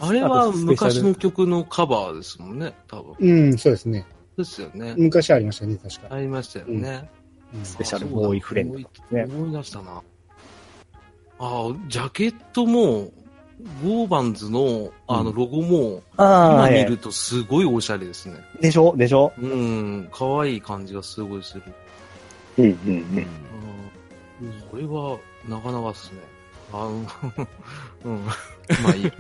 S5: あ。あれは昔の曲のカバーですもんね、多分。
S4: うん、そうですね。
S5: ですよね。
S4: 昔ありましたね、確か。
S5: ありましたよね。
S4: うん
S3: スペシャルボーイフレンドとかね。
S5: 思い出したな。ああ、ジャケットも、ゴーバンズの、あの、ロゴも、
S3: あ
S5: 今
S3: あ、
S5: 見
S3: え
S5: るとすごいおしゃれですね。
S3: えでしょでしょ
S5: うん、可愛い感じがすごいする。
S6: うんう
S1: う。うん
S5: うん、これは、なかなかですね。あの、 うん、まあいいや。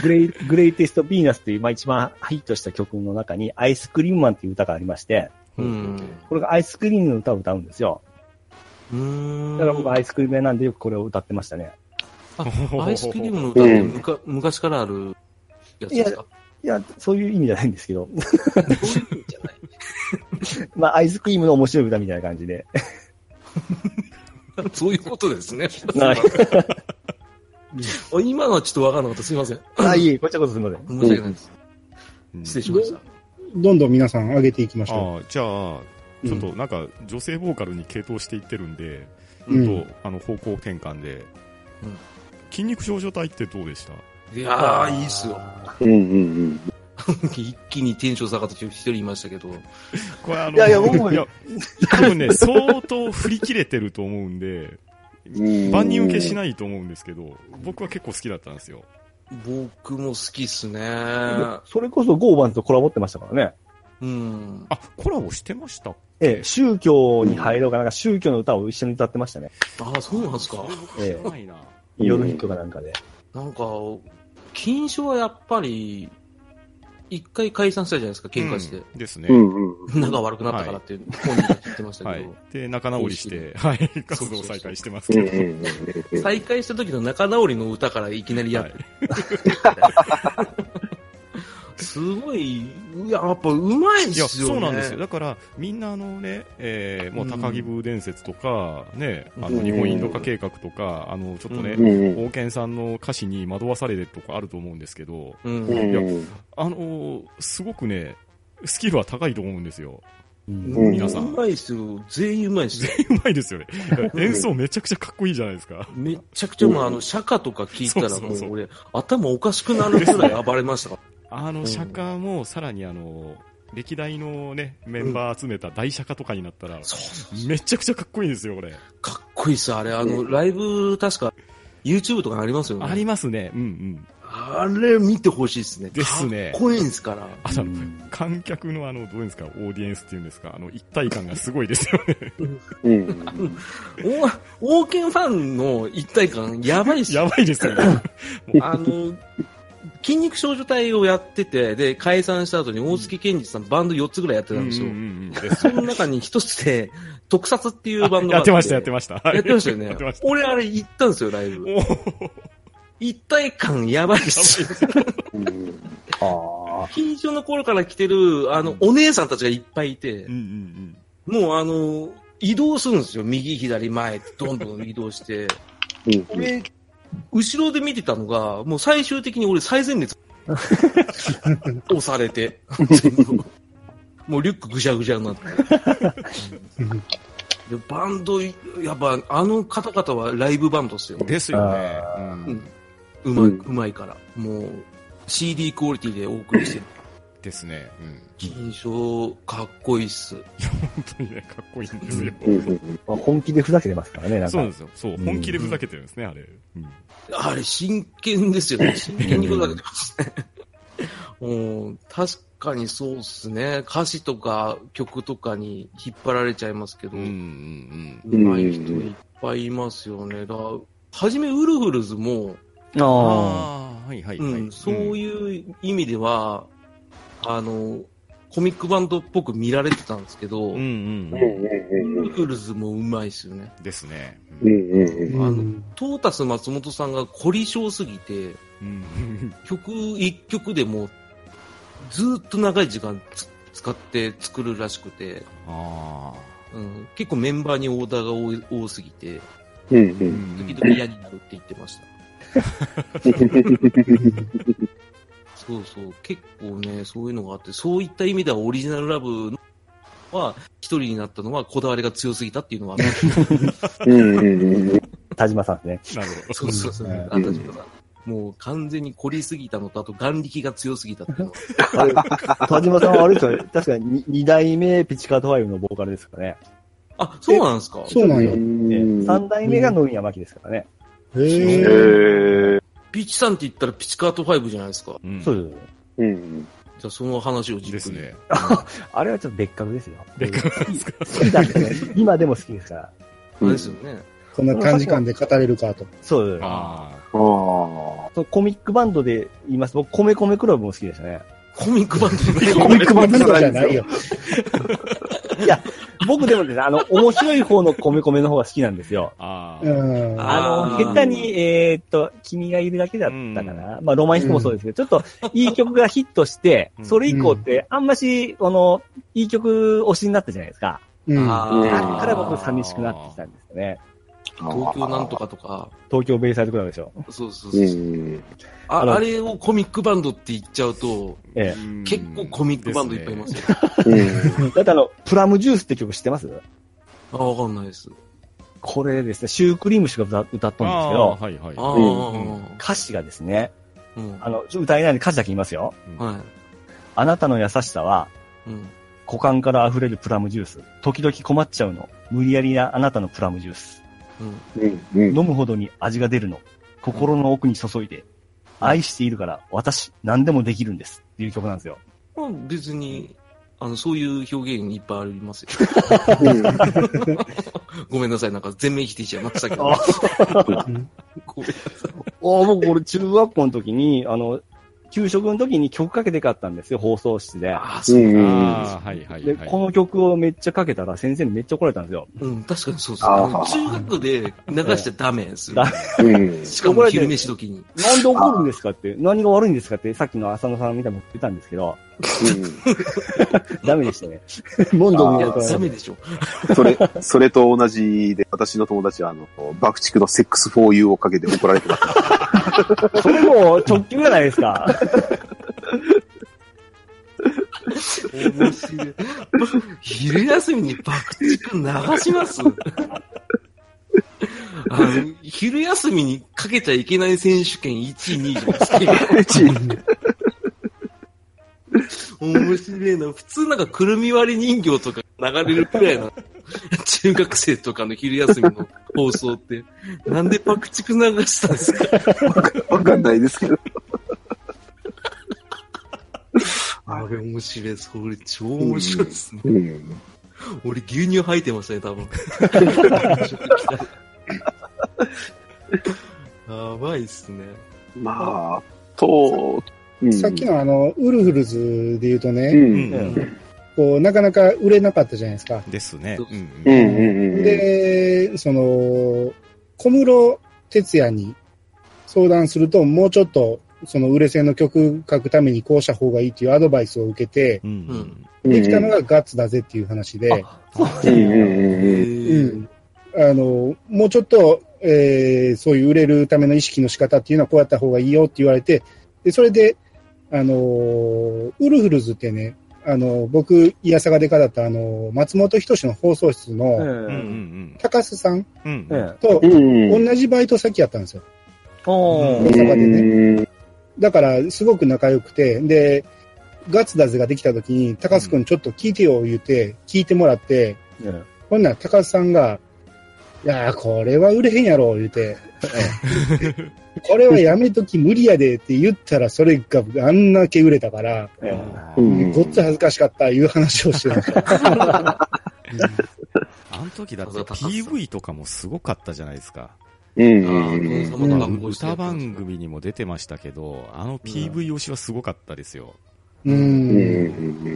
S3: グレイ、グレイテストビーナスという、まあ一番ヒットした曲の中に、アイスクリームマンという歌がありまして、
S5: うん。
S3: これがアイスクリームの歌を歌うんですよ。
S5: うん。
S3: だから僕アイスクリーム屋なんでよくこれを歌ってましたね。
S5: アイスクリームの歌ってむか昔からあるやつですか
S3: いや、そういう意味じゃないんですけど、
S5: そういう意味じゃない。
S3: まあアイスクリームの面白い歌みたいな感じで。
S5: そういうことですね。
S3: はい
S5: 今のはちょっとわからなかった。すいません。
S3: あ、いえ、こっちこそすみません。
S5: 申し訳ないです。
S1: うん
S5: 失礼しました。
S4: どんどん皆さん上げていきましょ
S1: ああ、じゃあ、
S4: う。
S1: ちょっ
S4: う
S1: と
S4: ん
S1: なんか女性ボーカルに傾倒していってるんで、
S4: うん
S1: ちょっとあの方向転換で、
S5: うん
S1: 筋肉少女隊ってどうでした
S5: いやー、いいっすよ。
S6: うんうん
S5: 一気にテンション下がった人一人いましたけど。
S1: これあの
S3: いやいや僕も
S1: いや多分ね、相当振り切れてると思うんで、
S6: うん。
S1: 万人受けし
S6: い。
S1: ないと思うんですけど、僕は結構好きだったんですよ。
S5: 僕も好きっすね。
S3: それこそゴーバンとコラボってましたからね。
S5: うん。
S1: あ、コラボしてました
S3: ええ、宗教に入ろうかなんか宗教の歌を一緒に歌ってましたね。
S5: あ、そうなんですか。
S1: 僕知らないな。
S6: うん
S3: 夜ヒットかなんかで。
S5: なんか、金賞はやっぱり、一回解散したじゃないですか、喧嘩して。
S1: うんですね。
S6: うんうん。
S5: 仲悪くなったからって本人が言ってました
S1: は
S5: け
S1: い
S5: ど。。
S1: で、仲直りして、はい、活動再開してます
S6: うん
S1: けど。
S6: うんうんうん
S5: 再会した時の仲直りの歌からいきなりやっ
S1: はい
S5: て、すごい、いや、やっぱうまいっ
S1: いや、
S5: すよね。
S1: そうなんですよ。だから、みんなあのね、えーもう高木部伝説とか、ね、あの、日本インド化計画とか、あの、ちょっとね
S5: う、
S6: うん
S1: 王健さんの歌詞に惑わされるとかあると思うんですけど、
S5: う。
S6: うんん。
S1: あのーすごくね、スキルは高いと思うんですよ。
S6: うん
S1: 皆さん
S5: うまいっすよ。全員うまいっすよ。
S1: うまいですよね。演奏めちゃくちゃかっこいいじゃないですか。
S5: めっちゃくちゃ、もうあの、釈迦とか聞いた
S1: そ
S5: ら
S1: うそうそう
S5: もう俺、頭おかしくなるぐらい暴れましたから。
S1: あの、釈迦もさらにあの、歴代のね、メンバー集めた大釈迦とかになったら、
S5: そうそう
S1: めちゃくちゃかっこいいんですよ、これ。
S5: かっこいいっす、あれ。あの、ライブ、確か、YouTube とかにありますよね。
S1: ありますね。うんうん。
S5: あれ見てほしいですね。
S1: ですね
S5: かっこいいんですから。
S1: あとあの観客のあの、どういうんですか、オーディエンスっていうんですか、あの、一体感がすごいですよね。
S6: うん。
S5: お、王権ファンの一体感、やばいっす
S1: や
S5: よ。
S1: ばいですよね。
S5: あの、筋肉少女隊をやってて、で、解散した後に大月健二さんバンド4つぐらいやって
S1: うん
S5: た
S1: うん
S5: ですよ。
S1: んうん。です
S5: その中に一つで、 特撮っていうバンドがあ
S1: やってました、やって
S5: ま
S1: ました。
S5: やってましたよね。
S1: やってました
S5: 俺あれ行ったんですよ、ライブ。
S1: おー
S5: 一体感やばいっす。
S6: うん
S3: ああ。
S5: 近所の頃から来てる、あの、お姉さんたちがいっぱいいて
S1: うん、うん
S5: もうあの、移動するんですよ。右、左、前、どんどん移動して。
S6: うん。
S5: 俺、後ろで見てたのが、もう最終的に俺最前列押されて、もうリュックぐしゃぐしゃになって。でバンド、やっぱあの方々はライブバンドっすよ
S1: うん。。ですよね。
S5: う
S1: うん
S5: んうまい、
S6: うん
S5: うまいから。もう、CD クオリティでお送りしてる。
S1: ですね。うん。
S5: 金賞、かっこいいっす。
S1: 本当にね、かっこいいんですよ。
S6: うん。
S3: まあ本気でふざけてますからね、なん
S1: そうなん
S3: か
S1: で。すよ。そう、
S3: うん
S1: 本気でふざけてるんですね、あれ。うん
S5: あれ、真剣ですよ ね。真剣にふざけてますね。もう、確かにそうっすね。歌詞とか曲とかに引っ張られちゃいますけど、
S1: う
S5: うん
S1: うん
S6: ん
S5: まい人いっぱいいますよね。だはじめ、ウルフルズも、
S1: うん。あ
S3: あ
S1: あ、はいはい
S5: うん
S1: はい。
S5: そう
S1: う
S5: いう意味では、あの、コミックバンドっぽく見られてたんですけど、
S1: ん。うんう
S6: う
S1: ん
S5: ウル
S6: ん。
S5: フルズもうまいっすよね。
S1: うん。ですね。
S6: うん。うん。
S5: の
S4: うん
S5: トータス松本さんが凝り性すぎて、
S1: うん。
S5: 曲一曲でもずーっと長い時間つ使って作るらしくて、
S1: ああ。
S5: うん、結構メンバーにオーダーが多い多すぎて、
S1: う
S6: う。
S1: んん
S5: 時々嫌になるって言ってました。そうそう、結構ね、そういうのがあって、そういった意味ではオリジナルラブは一人になったのはこだわりが強すぎたってい うのはあった。
S6: うん。
S3: あ。田島さんですね。
S1: なるほど。
S5: そうそうそう。あったじゃんもう完全に凝りすぎたのと、あと眼力が強すぎたっていうのは
S3: あれ田島さんはあれですよね。確かにに二代目ピチカートファイブのボーカルですからね。
S5: あ、そうなんですか
S4: そうなんよ。
S3: で三代目が野宮真紀ですからね。
S4: へー
S6: え
S5: ピチさんって言ったらピチカート5じゃないですか。
S1: うん
S3: そう
S6: う
S3: です。
S6: ん。
S5: じゃあその話をじっくり
S1: ですね。
S3: あれはちょっと別格ですよ。
S1: 別
S3: 格ですか好き好きだったね。今でも好きですから。
S5: あれですよね。
S4: こんな短時間で語れるかと。
S3: そうです。
S1: ああ。
S6: ああ。
S3: そうコミックバンドで言いますと、僕、米米クラブも好きでしたね。
S5: コミックバンドじゃ
S4: コ
S5: な
S4: ミ
S5: い
S4: ックバンドじゃないよ。
S3: いや、僕でもですね、あの、面白い方の米米の方が好きなんですよ。
S1: あ
S4: う
S1: あ。
S4: ん。
S5: あ
S3: あ
S5: ー
S3: の、下手に、えーっと、君がいるだけだったかな。まあ、ロマンシストもそうですけど、ちょっと、いい曲がヒットして、
S1: うん
S3: それ以降って、あんまし、あの、いい曲推しになったじゃないですか。
S4: うん。
S6: うん
S3: だ
S5: あー
S3: から僕、寂しくなってきたんですよね。
S5: 東京なんとかとか、
S3: 東京ベイサイドクラブでしょ。
S5: そうそう
S6: う
S5: そう。
S6: ん。
S3: あ
S5: あ
S3: の
S5: あれをコミックバンドって言っちゃうと、
S3: え
S1: うん
S5: 結構コミックバンドいっぱいいますよ。
S6: うん。
S3: え。だってあの、プラムジュースって曲知ってます
S5: あ、わかんないです。
S3: これですね、シュークリーム氏が歌歌ったんですけ
S1: ああ
S3: ど、
S1: はいはい。
S5: ああ、
S1: うん
S3: 歌詞がですね、
S5: うん。
S3: あの、ちょ歌えないんで歌詞だけ言いますよ。
S5: は
S3: あなたの優しさは、
S5: い。うん。
S3: 股間から溢れるプラムジュース。時々困っちゃうの。無理やりなあなたのプラムジュース。
S5: うん。
S6: うん。
S3: 飲むほどに味が出るの。心の奥に注いで。愛しているから、私、何でもできるんです。っていう曲なんですよ。
S5: まあ別に、あの、そういう表現いっぱいありますよ。ごめんなさい、なんか全面否定しちゃいましたけど。ごめんなさい。
S3: ああ、僕、俺、中学校の時に、あの、給食の時に曲かけてかったんですよ、放送室で。
S5: ああ、そう。
S1: ああ、はいはい
S3: で、
S1: はい。
S3: この曲をめっちゃかけたら先生にめっちゃ怒られたんですよ。
S5: うん、確かにそうそう。
S6: あー
S5: 中学で流しちゃダメですよ
S3: ダ。
S6: うん。
S5: しかも昼飯時に。
S3: なんで怒るんですかって、何が悪いんですかって、さっきの浅野さんみたいに言ってたんですけ ど、ダメでしたね。
S4: ボンド
S5: い
S4: も
S5: や、
S4: 怒られ
S5: ダ
S4: る
S5: メでしょ。
S6: それ、それと同じで、私の友達は、あの、爆竹のセックス 4U をかけて怒られてました。
S3: それもう直球じゃないですか。
S5: 面白い。昼休みに爆竹流し ますあの昼休みにかけちゃいけない選手権1位、2位じゃない ですか。面白いな。普通なんかくるみ割り人形とか流れるくらい な。中学生とかの昼休みの放送って、なんで爆竹流したんですか
S6: わかんないですけど。
S5: あれ面白い。それ超面白いですね。
S6: うん。
S5: 俺牛乳吐いてました ね、多分。やばいっすね。
S6: まあ、と、うん
S4: さっき。のあの、ウルフルズで言うと
S6: う
S4: ね、
S6: ん。
S1: う
S3: うんん
S4: こう、なかなか売れなかったじゃないですか。
S1: ですね。
S5: そう
S1: うん
S6: う
S1: うん
S6: んうんうん。、
S4: で、その、小室哲也に相談すると、もうちょっと、その売れ線の曲書くためにこうした方がいいっていうアドバイスを受けて、
S1: う
S5: うんん。
S4: できたのがガッツだぜっていう話で、
S5: あ、そうなんだ
S6: うんうんうんうん。
S4: うん。あの、もうちょっと、えーそういう売れるための意識の仕方っていうのはこうやった方がいいよって言われて、で、それで、あのーウルフルズってね、あの、僕、イヤサガで語った、あの、松本人志の放送室
S3: う。
S4: の
S1: うんうんん
S4: 高須さん
S1: うんうん
S3: え
S1: うん
S3: え
S4: と
S6: う、んうん。
S4: 同じバイト先やったんですよ。
S3: お
S4: 大
S3: ー
S4: 阪でね。だから、すごく仲良くて、で、ガッツだぜができた時に、高須くんちょっと聞いてよ言うて、聞いてもらって、
S3: うん
S4: ほんなら高須さんが、いやー、これは売れへんやろ言 うて、これはやめとき無理やでって言ったら、それがあんだけ売れたから、
S6: う
S3: うん
S6: ん。
S4: ごっつ恥ずかしかったいう話をしてま した。
S1: あの時だって PV とかもすごかったじゃないですか。
S6: うん
S5: あ
S6: うんうん
S5: ー
S1: う
S5: 殿様の
S1: ん
S5: 学校して
S1: 歌番組にも出てましたけど、あの PV 推しはすごかったですよ。
S4: う
S6: うん
S4: ん。
S6: うんう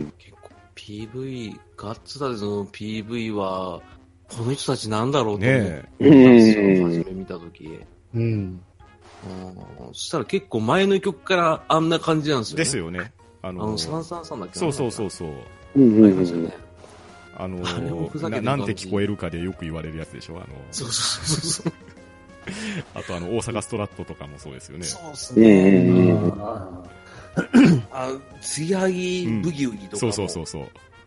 S6: ん。
S5: 結構 PV、ガッツだぜの PV は、この人たちなんだろうと思って
S1: ねえ。
S6: うん
S5: 初め見た時
S4: うん。
S5: うんそしたら結構前の曲からあんな感じなんですよ、ね。
S1: ですよね。あ
S5: あの、
S1: の、
S5: サンサンさんだっけ。
S1: そうそうそううそう。
S6: うん
S5: あ
S6: う
S5: り
S6: んう
S5: ましたよ
S6: ん
S5: ね。
S1: あの
S5: あれもふざ
S1: な、
S5: けてる感じ
S1: なんて聞こえるかでよく言われるやつでしょ。あの、
S5: そうそうそうそう。
S1: あとあの、大阪ストラットとかもそうですよね。
S5: そうっす
S6: ね
S5: ね。
S6: うんうん
S5: あ、つぎはぎブギウギとかも、
S1: そうそうそうそ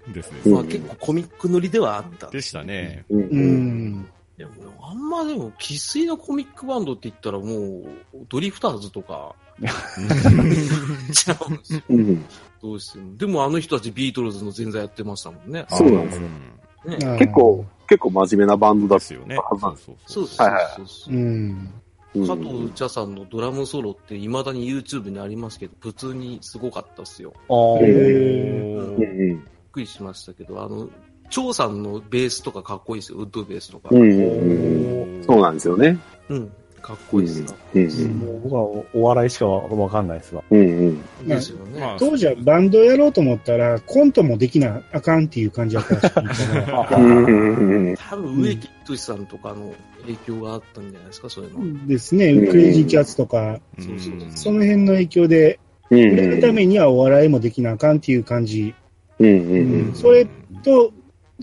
S1: う。ですね。
S6: うん
S5: まあ、結構コミック乗りではあった。
S1: でしたね。
S6: うん
S4: う
S6: うん。
S4: ん。
S5: でも俺あんまでも、生粋のコミックバンドって言ったらもう、ドリフターズと か、ちゃうんですよ。
S6: うん。
S5: どうしても。でもあの人たちビートルズの前座やってましたもんね。
S6: そうなんですよ。
S1: ん
S5: ね
S6: 結構、結構真面目なバンドだ
S1: で
S6: っ
S1: す
S6: た
S1: よね。
S6: はずなんです。
S1: そう
S5: そうそう
S6: はいはい
S5: そうそう
S4: う。ん。
S6: うん
S5: 加藤茶さんのドラムソロって未だに YouTube にありますけど、普通にすごかったっすよ。
S3: あー
S4: へ
S5: うん
S6: う
S5: びっ
S6: ん
S5: くりしましたけど、あの、張さんのベースとかかっこいいですよ、ウッドベースとか。
S6: うん。うんうんうん。
S1: ん
S6: そうなんですよね。
S5: うん、かっこいいですかっこいいです
S6: う
S5: よ。
S3: もう僕はお笑いしかわかんないですわ。
S6: うんうん。
S5: ですよね。
S1: まあ。
S4: 当時はバンドやろうと思ったら、コントもできなあかんっていう感じだったらしいから
S6: うんうんうん。
S5: 多分植木仁さんとかの影響があったんじゃないですか、そういうの。
S4: ですね、
S6: うん
S4: クレイジーキャッツとか、
S5: そうそうそう
S4: その辺の影響で、
S6: う
S4: 売
S6: ん
S4: れるためにはお笑いもできなあかんっていう感じ
S6: うんうん
S4: うんそれと、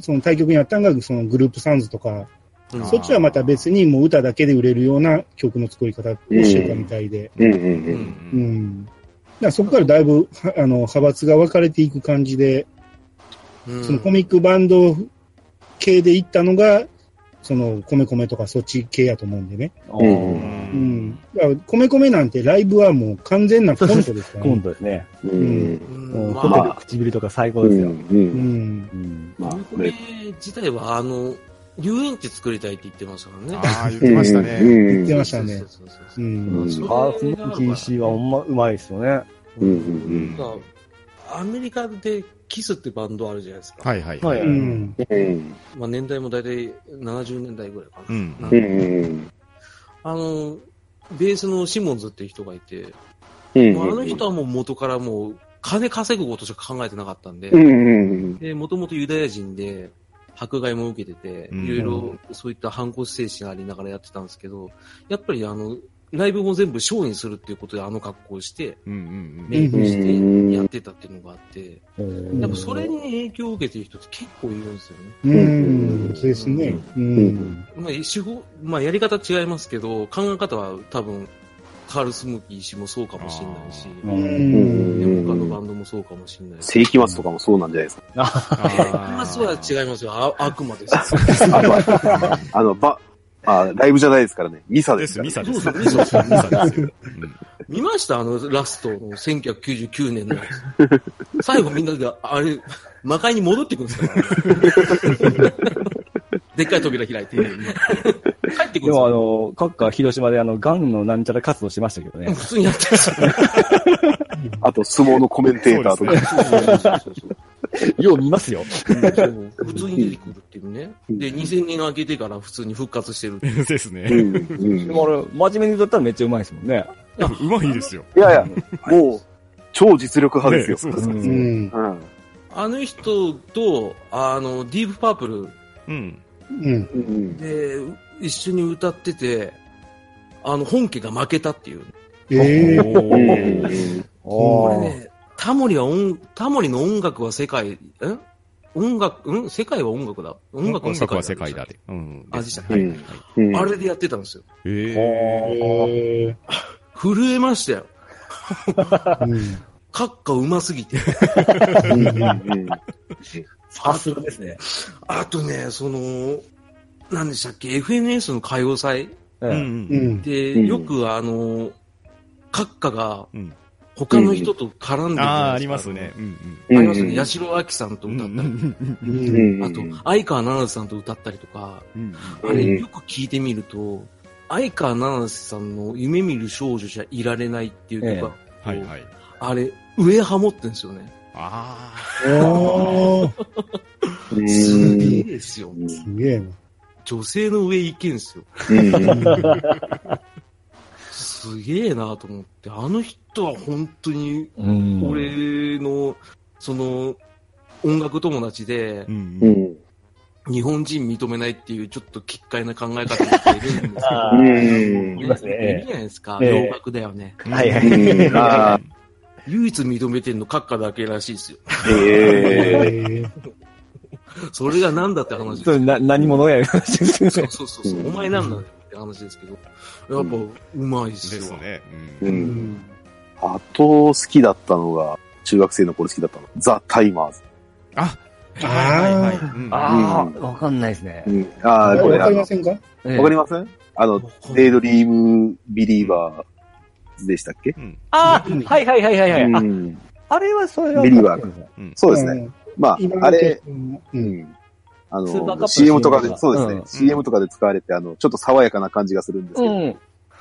S4: その対局にあったのがそのグループサウンズとか、
S5: うん
S4: そっちはまた別にもう歌だけで売れるような曲の作り方をしてたみたいで、
S6: うんう
S5: うん
S4: うんん。だからそこからだいぶはあの派閥が分かれていく感じで、
S5: うん
S4: そのコミックバンド系で行ったのが、その米米とかそっち系やと思うんでね。
S3: あ
S6: うん
S3: ー
S4: うん。だから米米なんてライブはもう完全なコントですから
S3: 今
S4: ね。
S3: 度ですね。
S6: うんうん。
S5: うん
S3: うん
S5: ま
S3: ホテル
S5: あ、
S3: 唇とか最高
S6: う
S3: です
S6: ん
S3: よ。
S6: うん
S4: う。ん。
S3: うん
S6: まあ、
S5: コミコミ自体は、あの、遊園地作りたいって言ってますからね。
S1: ああ、言ってましたね。
S4: 言って
S6: ね。
S4: ましたね
S5: そうそうそうそうう。
S4: ん。
S6: うん
S3: あー、この TC はほんまうまいですよね。
S6: うんうん
S5: なんかアメリカでキスってバンドあるじゃないですか。
S1: はいはい。
S3: は
S4: う
S3: い
S4: ん。
S6: うん。
S5: まあ、年代も大体70年代ぐらいかな。
S1: うん
S6: うんうん。
S5: あの、ベースのシモンズっていう人がいて、
S6: ううん
S5: もうあの人はもう元からもう金稼ぐことしか考えてなかったんで、
S6: うんうん
S5: で、もともとユダヤ人で、迫害も受けてて、
S1: うん
S5: いろいろそういった反抗精神がありながらやってたんですけど、やっぱりあの、ライブも全部ショーにするっていうことであの格好をして、
S1: うんうんうん
S5: メイクしてやってたっていうのがあって、
S4: ん
S5: やっぱそれに影響を受けてる人って結構いるんですよね。
S4: うん、そうですね。うん。
S5: まあ、手法、まあやり方違いますけど、考え方は多分、カール・スムーキー氏もそうかもしれないし、
S3: あ
S5: で
S4: う
S6: うん
S4: ん。
S5: 他のバンドもそうかもしれないし。
S6: 世紀末とかもそうなんじゃないですか。
S5: ま
S1: あ
S5: あ、そうは違いますよ。あ悪魔です。
S6: あとは、あの、ば、あ、ライブじゃないですからね。ミサ
S1: で、
S6: ですす。
S1: ミサで
S5: そ
S1: す。
S5: うそうミサです
S1: ミサですよ。うん
S5: 見ましたあの、ラストの1999年のや つ。最後みんなで、あれ、魔界に戻ってくるんですから、 でっかい扉開いて、帰
S3: で
S5: ってくるんです
S3: もあ
S5: よ。
S3: の、カッカ広島であの、ガンのなんちゃら活動してましたけどね。
S5: 普通にやってるんですよ。
S6: あと、相撲のコメンテーターと
S1: そう
S6: か
S1: で。
S5: そうそうそう
S3: よう見ますよ。
S5: そう普通に出てくるっていうね。で、2000年明けてから普通に復活してる。
S1: ですね。
S6: うんうん
S3: でもあれ、真面目に歌ったらめっちゃうまいですもんね。
S1: でもうまいですよ。
S6: いやいや、もう、超実力派ですよ。
S1: ねそうそう
S3: う
S1: そ
S3: ん
S1: う。
S4: うん。
S6: うん。
S5: あの人と、あの、ディープパープル
S1: うん。
S4: うん。
S6: うん。
S5: で、一緒に歌ってて、あの、本家が負けたっていう。
S4: ええ。
S1: お
S6: うん
S1: ー
S5: これ
S3: あ
S5: ね、タモリは音、タモリの音楽は世界、ん音楽、ん世界は音楽だ。音楽は世界だ。
S1: 世界だ。で。うん。
S5: あでした
S1: はいはいはい。
S6: うん
S5: あれでやってたんですよ。
S1: え
S5: 震えましたよ。カッカうますぎて。
S6: うん
S3: さすがですね。
S5: あとね、その、何でしたっけ、FNS の歌謡祭
S1: え。う
S3: うん
S1: ん。
S5: で、
S6: うん
S5: よくあの、カッカが
S1: うん
S5: 他の人と絡んでるじゃないで
S1: うん。
S5: すか
S1: ああ、ありますね。。うん
S5: ありますね。
S6: うん
S5: 八代亜紀さんと
S1: うん。
S5: 歌った
S1: う
S5: り、
S1: ん
S6: うん
S5: あと、相川七瀬さんと歌ったりとか、
S1: うん
S5: あ
S6: う
S5: れ
S6: ん
S5: よく聞いてみると、相川七瀬さんの夢見る少女じゃいられないっていう曲が、
S1: はいはい。
S5: あれ、上ハモってんですよね。
S1: あ
S4: おー。
S6: うん
S5: すげえですよ。
S4: すげえな。
S5: 女性の上行けんすよ。
S6: うん
S5: すげえなと思って、あの人は本当に、
S3: うん。
S5: 俺の、その、音楽友達で
S1: あ。う、ん
S6: う
S1: うん。
S6: ん
S5: 日本人認めないっていうちょっと奇怪な考え方をしているんですけど
S3: あ
S6: う
S3: ー
S6: ん
S3: いますねええ
S5: いるじゃないですか。
S3: ええ
S5: 洋楽だよね。
S3: はいは
S6: うんああ
S5: 唯一認めてるの閣下だけらしいですよ。
S6: ええ
S4: え
S5: それが何だって話です
S3: そ
S5: よ
S3: れな何者やりました
S5: そうそうそうそう、お前なんだよって話ですけど、やっぱうまいっす
S1: で
S5: よ。
S1: すね。うん
S6: う
S4: うんん。
S6: あと好きだったのが、中学生の頃好きだったのが、ザ・タイマーズ。
S1: あ
S4: あー
S1: はいはいはいうん
S3: ああ、わかんないですね
S6: う。んああ、こ
S4: わ
S6: れ、
S4: か
S6: あ
S4: り
S6: の
S4: ませんか
S3: わ
S6: わかりますあの、デイドリーム・ビリーバーでしたっけ
S1: うん
S3: ああ、はいはいはいはいは
S6: う
S3: い。あ
S6: ん
S3: あれはそれは。
S6: ビリバーそうですね。
S4: ね。
S6: まあ、あれ、
S4: う。
S6: うんん。あ
S3: スーパーカ
S6: の、
S3: ップの
S6: CM とか
S3: う
S6: で、
S3: ん
S6: そうです
S3: う
S6: ね
S3: ん。
S6: CM とかで使われて、あの、ちょっと爽やかな感じがするんですけど、
S3: うん。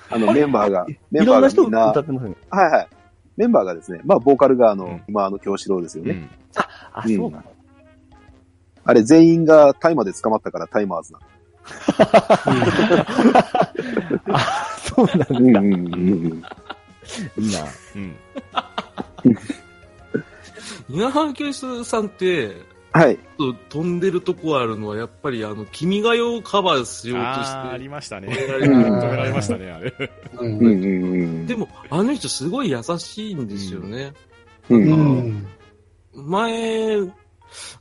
S6: あの、メンバーが、メ
S3: い
S6: ンバー
S3: ろ
S6: が
S3: んな人
S6: みん
S3: 歌
S6: な
S3: っ、てますね。
S6: はいはい。メンバーがですね、まあ、ボーカルがあの、
S1: うん
S6: 今あの、京志郎ですよ
S1: う
S6: ね。
S1: ん
S3: あ、そうか。
S6: あれ、全員がタイマーで捕まったからタイマーズな
S3: あ、そうなん
S6: の。
S3: だ。
S6: うんうんうん
S3: いいな。
S1: うん
S5: 稲川教室さんって、
S6: はい。
S5: 飛んでるとこあるのは、やっぱりあの、君が代をカバーしようと
S1: あーあ
S5: し
S1: り
S5: て、
S1: ましたね。
S5: 止め
S1: 止
S5: られる
S6: う
S1: め
S6: ん
S1: られましたね、あれ。
S4: うん
S6: うんうんうん。
S5: でも、あの人すごい優しいんですよね。
S6: うん、
S4: う
S6: うん
S4: ん。
S5: 前、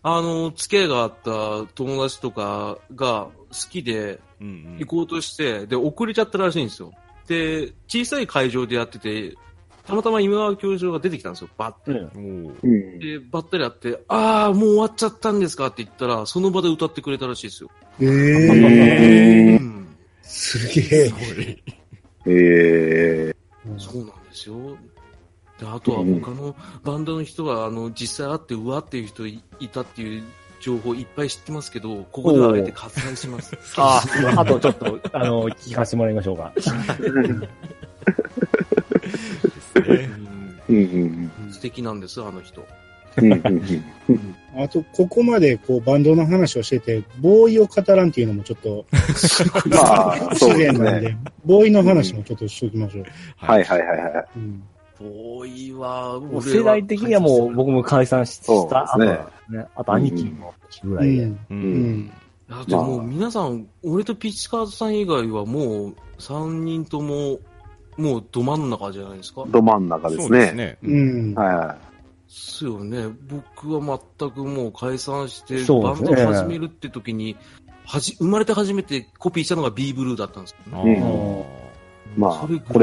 S5: あの、付き合いがあった友達とかが好きで
S1: うんうん
S5: 行こうとして、で、遅れちゃったらしいんですよ。で、小さい会場でやってて、たまたま今川教授が出てきたんですよ、バッて。
S1: おー
S6: うん
S5: で、ばったり会って、ああ、もう終わっちゃったんですかって言ったら、その場で歌ってくれたらしいですよ。
S4: え
S5: う
S4: え。
S5: ん。
S4: すげえ
S1: す。ごい。
S6: ええ
S5: そうなんですよ。で、あとは他のバンドの人は、あの、実際会って、うわっていう人いたっていう情報いっぱい知ってますけど、ここではあえて割愛します。
S3: ああ、あとちょっと、あの、聞かせてもらいましょうか。
S1: ね
S5: うん
S6: うんうん
S5: 素敵なんです、あの人。
S6: うんうんうん
S4: あと、ここまでこうバンドの話をしてて、ボーイを語らんっていうのもちょっと
S6: まあ、
S4: 不
S6: そう
S4: 自
S6: で
S4: 然
S6: す
S4: なん
S6: ね。
S4: で、ボーイの話もちょっとしておきましょう。
S6: はいはいはいはい。
S4: うん
S5: ボーイは、
S3: もう世代的にはもう僕も解散し
S6: そう
S3: した後
S6: で
S3: です
S6: ね
S3: すね。あと兄貴もぐらいで。
S4: ん。
S1: う。
S4: うんん。
S5: だってもう皆さん、俺とピッチカードさん以外はもう3人とも、もうど真ん中じゃないですか。
S6: ど真ん中で
S1: そう
S6: す
S1: で
S6: ね。
S1: すね。
S4: う。ん。
S6: は
S5: ですよね。僕は全くもう解散して、
S3: そう
S5: バ
S3: です
S5: ンド
S3: ね
S5: を始めるって時に、はじ、生まれて初めてコピーしたのが B ブルーだったんですよね、
S1: あ
S6: うん
S1: ー
S6: まあ
S5: それぐらい
S6: こ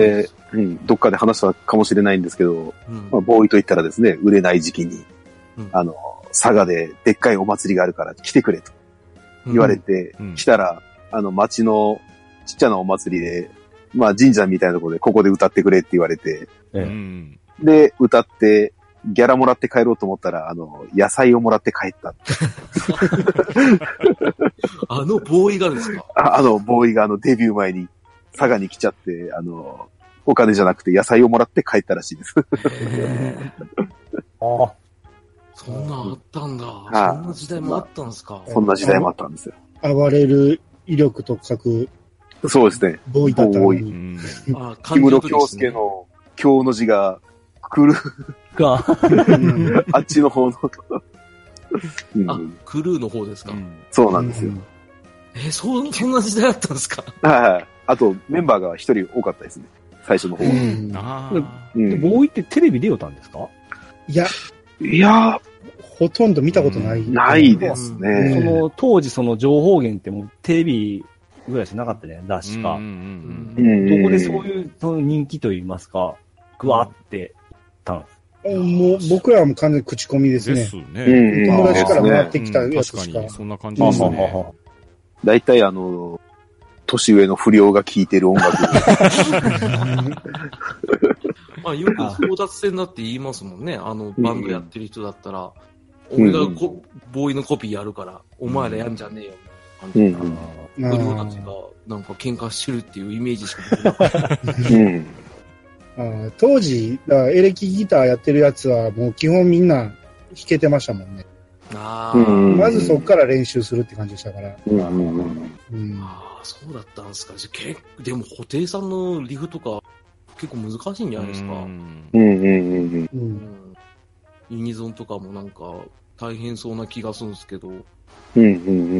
S6: れい。うん。どっかで話したかもしれないんですけど、
S5: うん
S6: まあ、ボーイと言ったらですね、売れない時期に、
S5: うん
S6: あの、佐賀ででっかいお祭りがあるから来てくれと言われて、
S1: うん
S6: 来たら、あの、町のちっちゃなお祭りで、まあ神社みたいなところでここで歌ってくれって言われて、
S1: うん。
S6: で、歌って、ギャラもらって帰ろうと思ったら、あの、野菜をもらって帰った。
S5: あのボーイがですか。
S6: ああの、ボーイがあの、デビュー前に、佐賀に来ちゃって、あの、お金じゃなくて野菜をもらって帰ったらし いです。
S3: ああ。
S5: そんなんあったんだ。
S6: はい
S5: そんな時代もあったんですか。
S6: そんな時代もあったんですよ。
S4: 暴れる威力と覚、
S6: そうですね。
S4: ボーイだったの
S6: ボ
S1: う
S4: に。
S1: ん。
S5: あ、
S6: 木
S5: 感
S6: 室
S5: 動
S6: 京介。の、京の字が、来 る、
S3: か。
S4: うん
S6: あっちの方の、うん
S5: あ、クルーの方ですか。
S6: そうなんですよ。
S5: え、そ、そんな時代あったんで すか。
S6: はい。あと、メンバーが一人多かったですね。最初の方
S4: う
S6: は。
S4: ん
S1: あ
S6: う
S3: で、
S6: ん、
S3: ボーイってテレビ出よったんですか
S4: いや、
S6: いや
S4: ほとんど見たことない。
S6: ー、ないです
S3: そ
S6: ね。
S3: の、当時その情報源ってもうテレビぐらいしかなかったじゃない雑誌
S1: ー
S3: か
S1: う。。
S5: うんん
S6: ん
S3: どこでそういうその人気といいますか、ぐわってたんです。
S4: もう僕らはもう完全に口コミです
S1: で
S4: ね
S1: す。ね。
S6: うん
S4: 友達からもら
S6: ね
S4: っ。てきたやつ
S1: うん
S4: し
S1: 確か
S4: か
S1: に、。そんな感じですね。
S6: 大体あの、年上の不良が聴いてる音楽。
S5: まあ、よく争奪戦だって言いますもんね。あの、バンドやってる人だったら、俺がこボーイのコピーやるから、お前らやんじゃねえよ。
S6: う
S5: みたい
S6: ん
S5: な
S6: うん
S5: 感じで。不良
S4: あ
S5: たちが、なんか喧嘩してるっていうイメージしか僕なかった。
S6: うん。
S4: ーあー当時、だからエレキギターやってるやつはもう基本みんな弾けてましたもんね。
S5: あ
S6: うん
S5: ー
S4: まずそこから練習するって感じでしたから。
S6: うんうんうん
S4: うん
S5: あー、そうだったんですか。じゃあ結構でも、布袋さんのリフとか、結構難しいんじゃないですか。
S1: うん
S6: うんうんうん。
S4: う
S5: うんん。ユニゾンとかもなんか、大変そうな気がするんですけど。
S6: うんうんう
S4: うん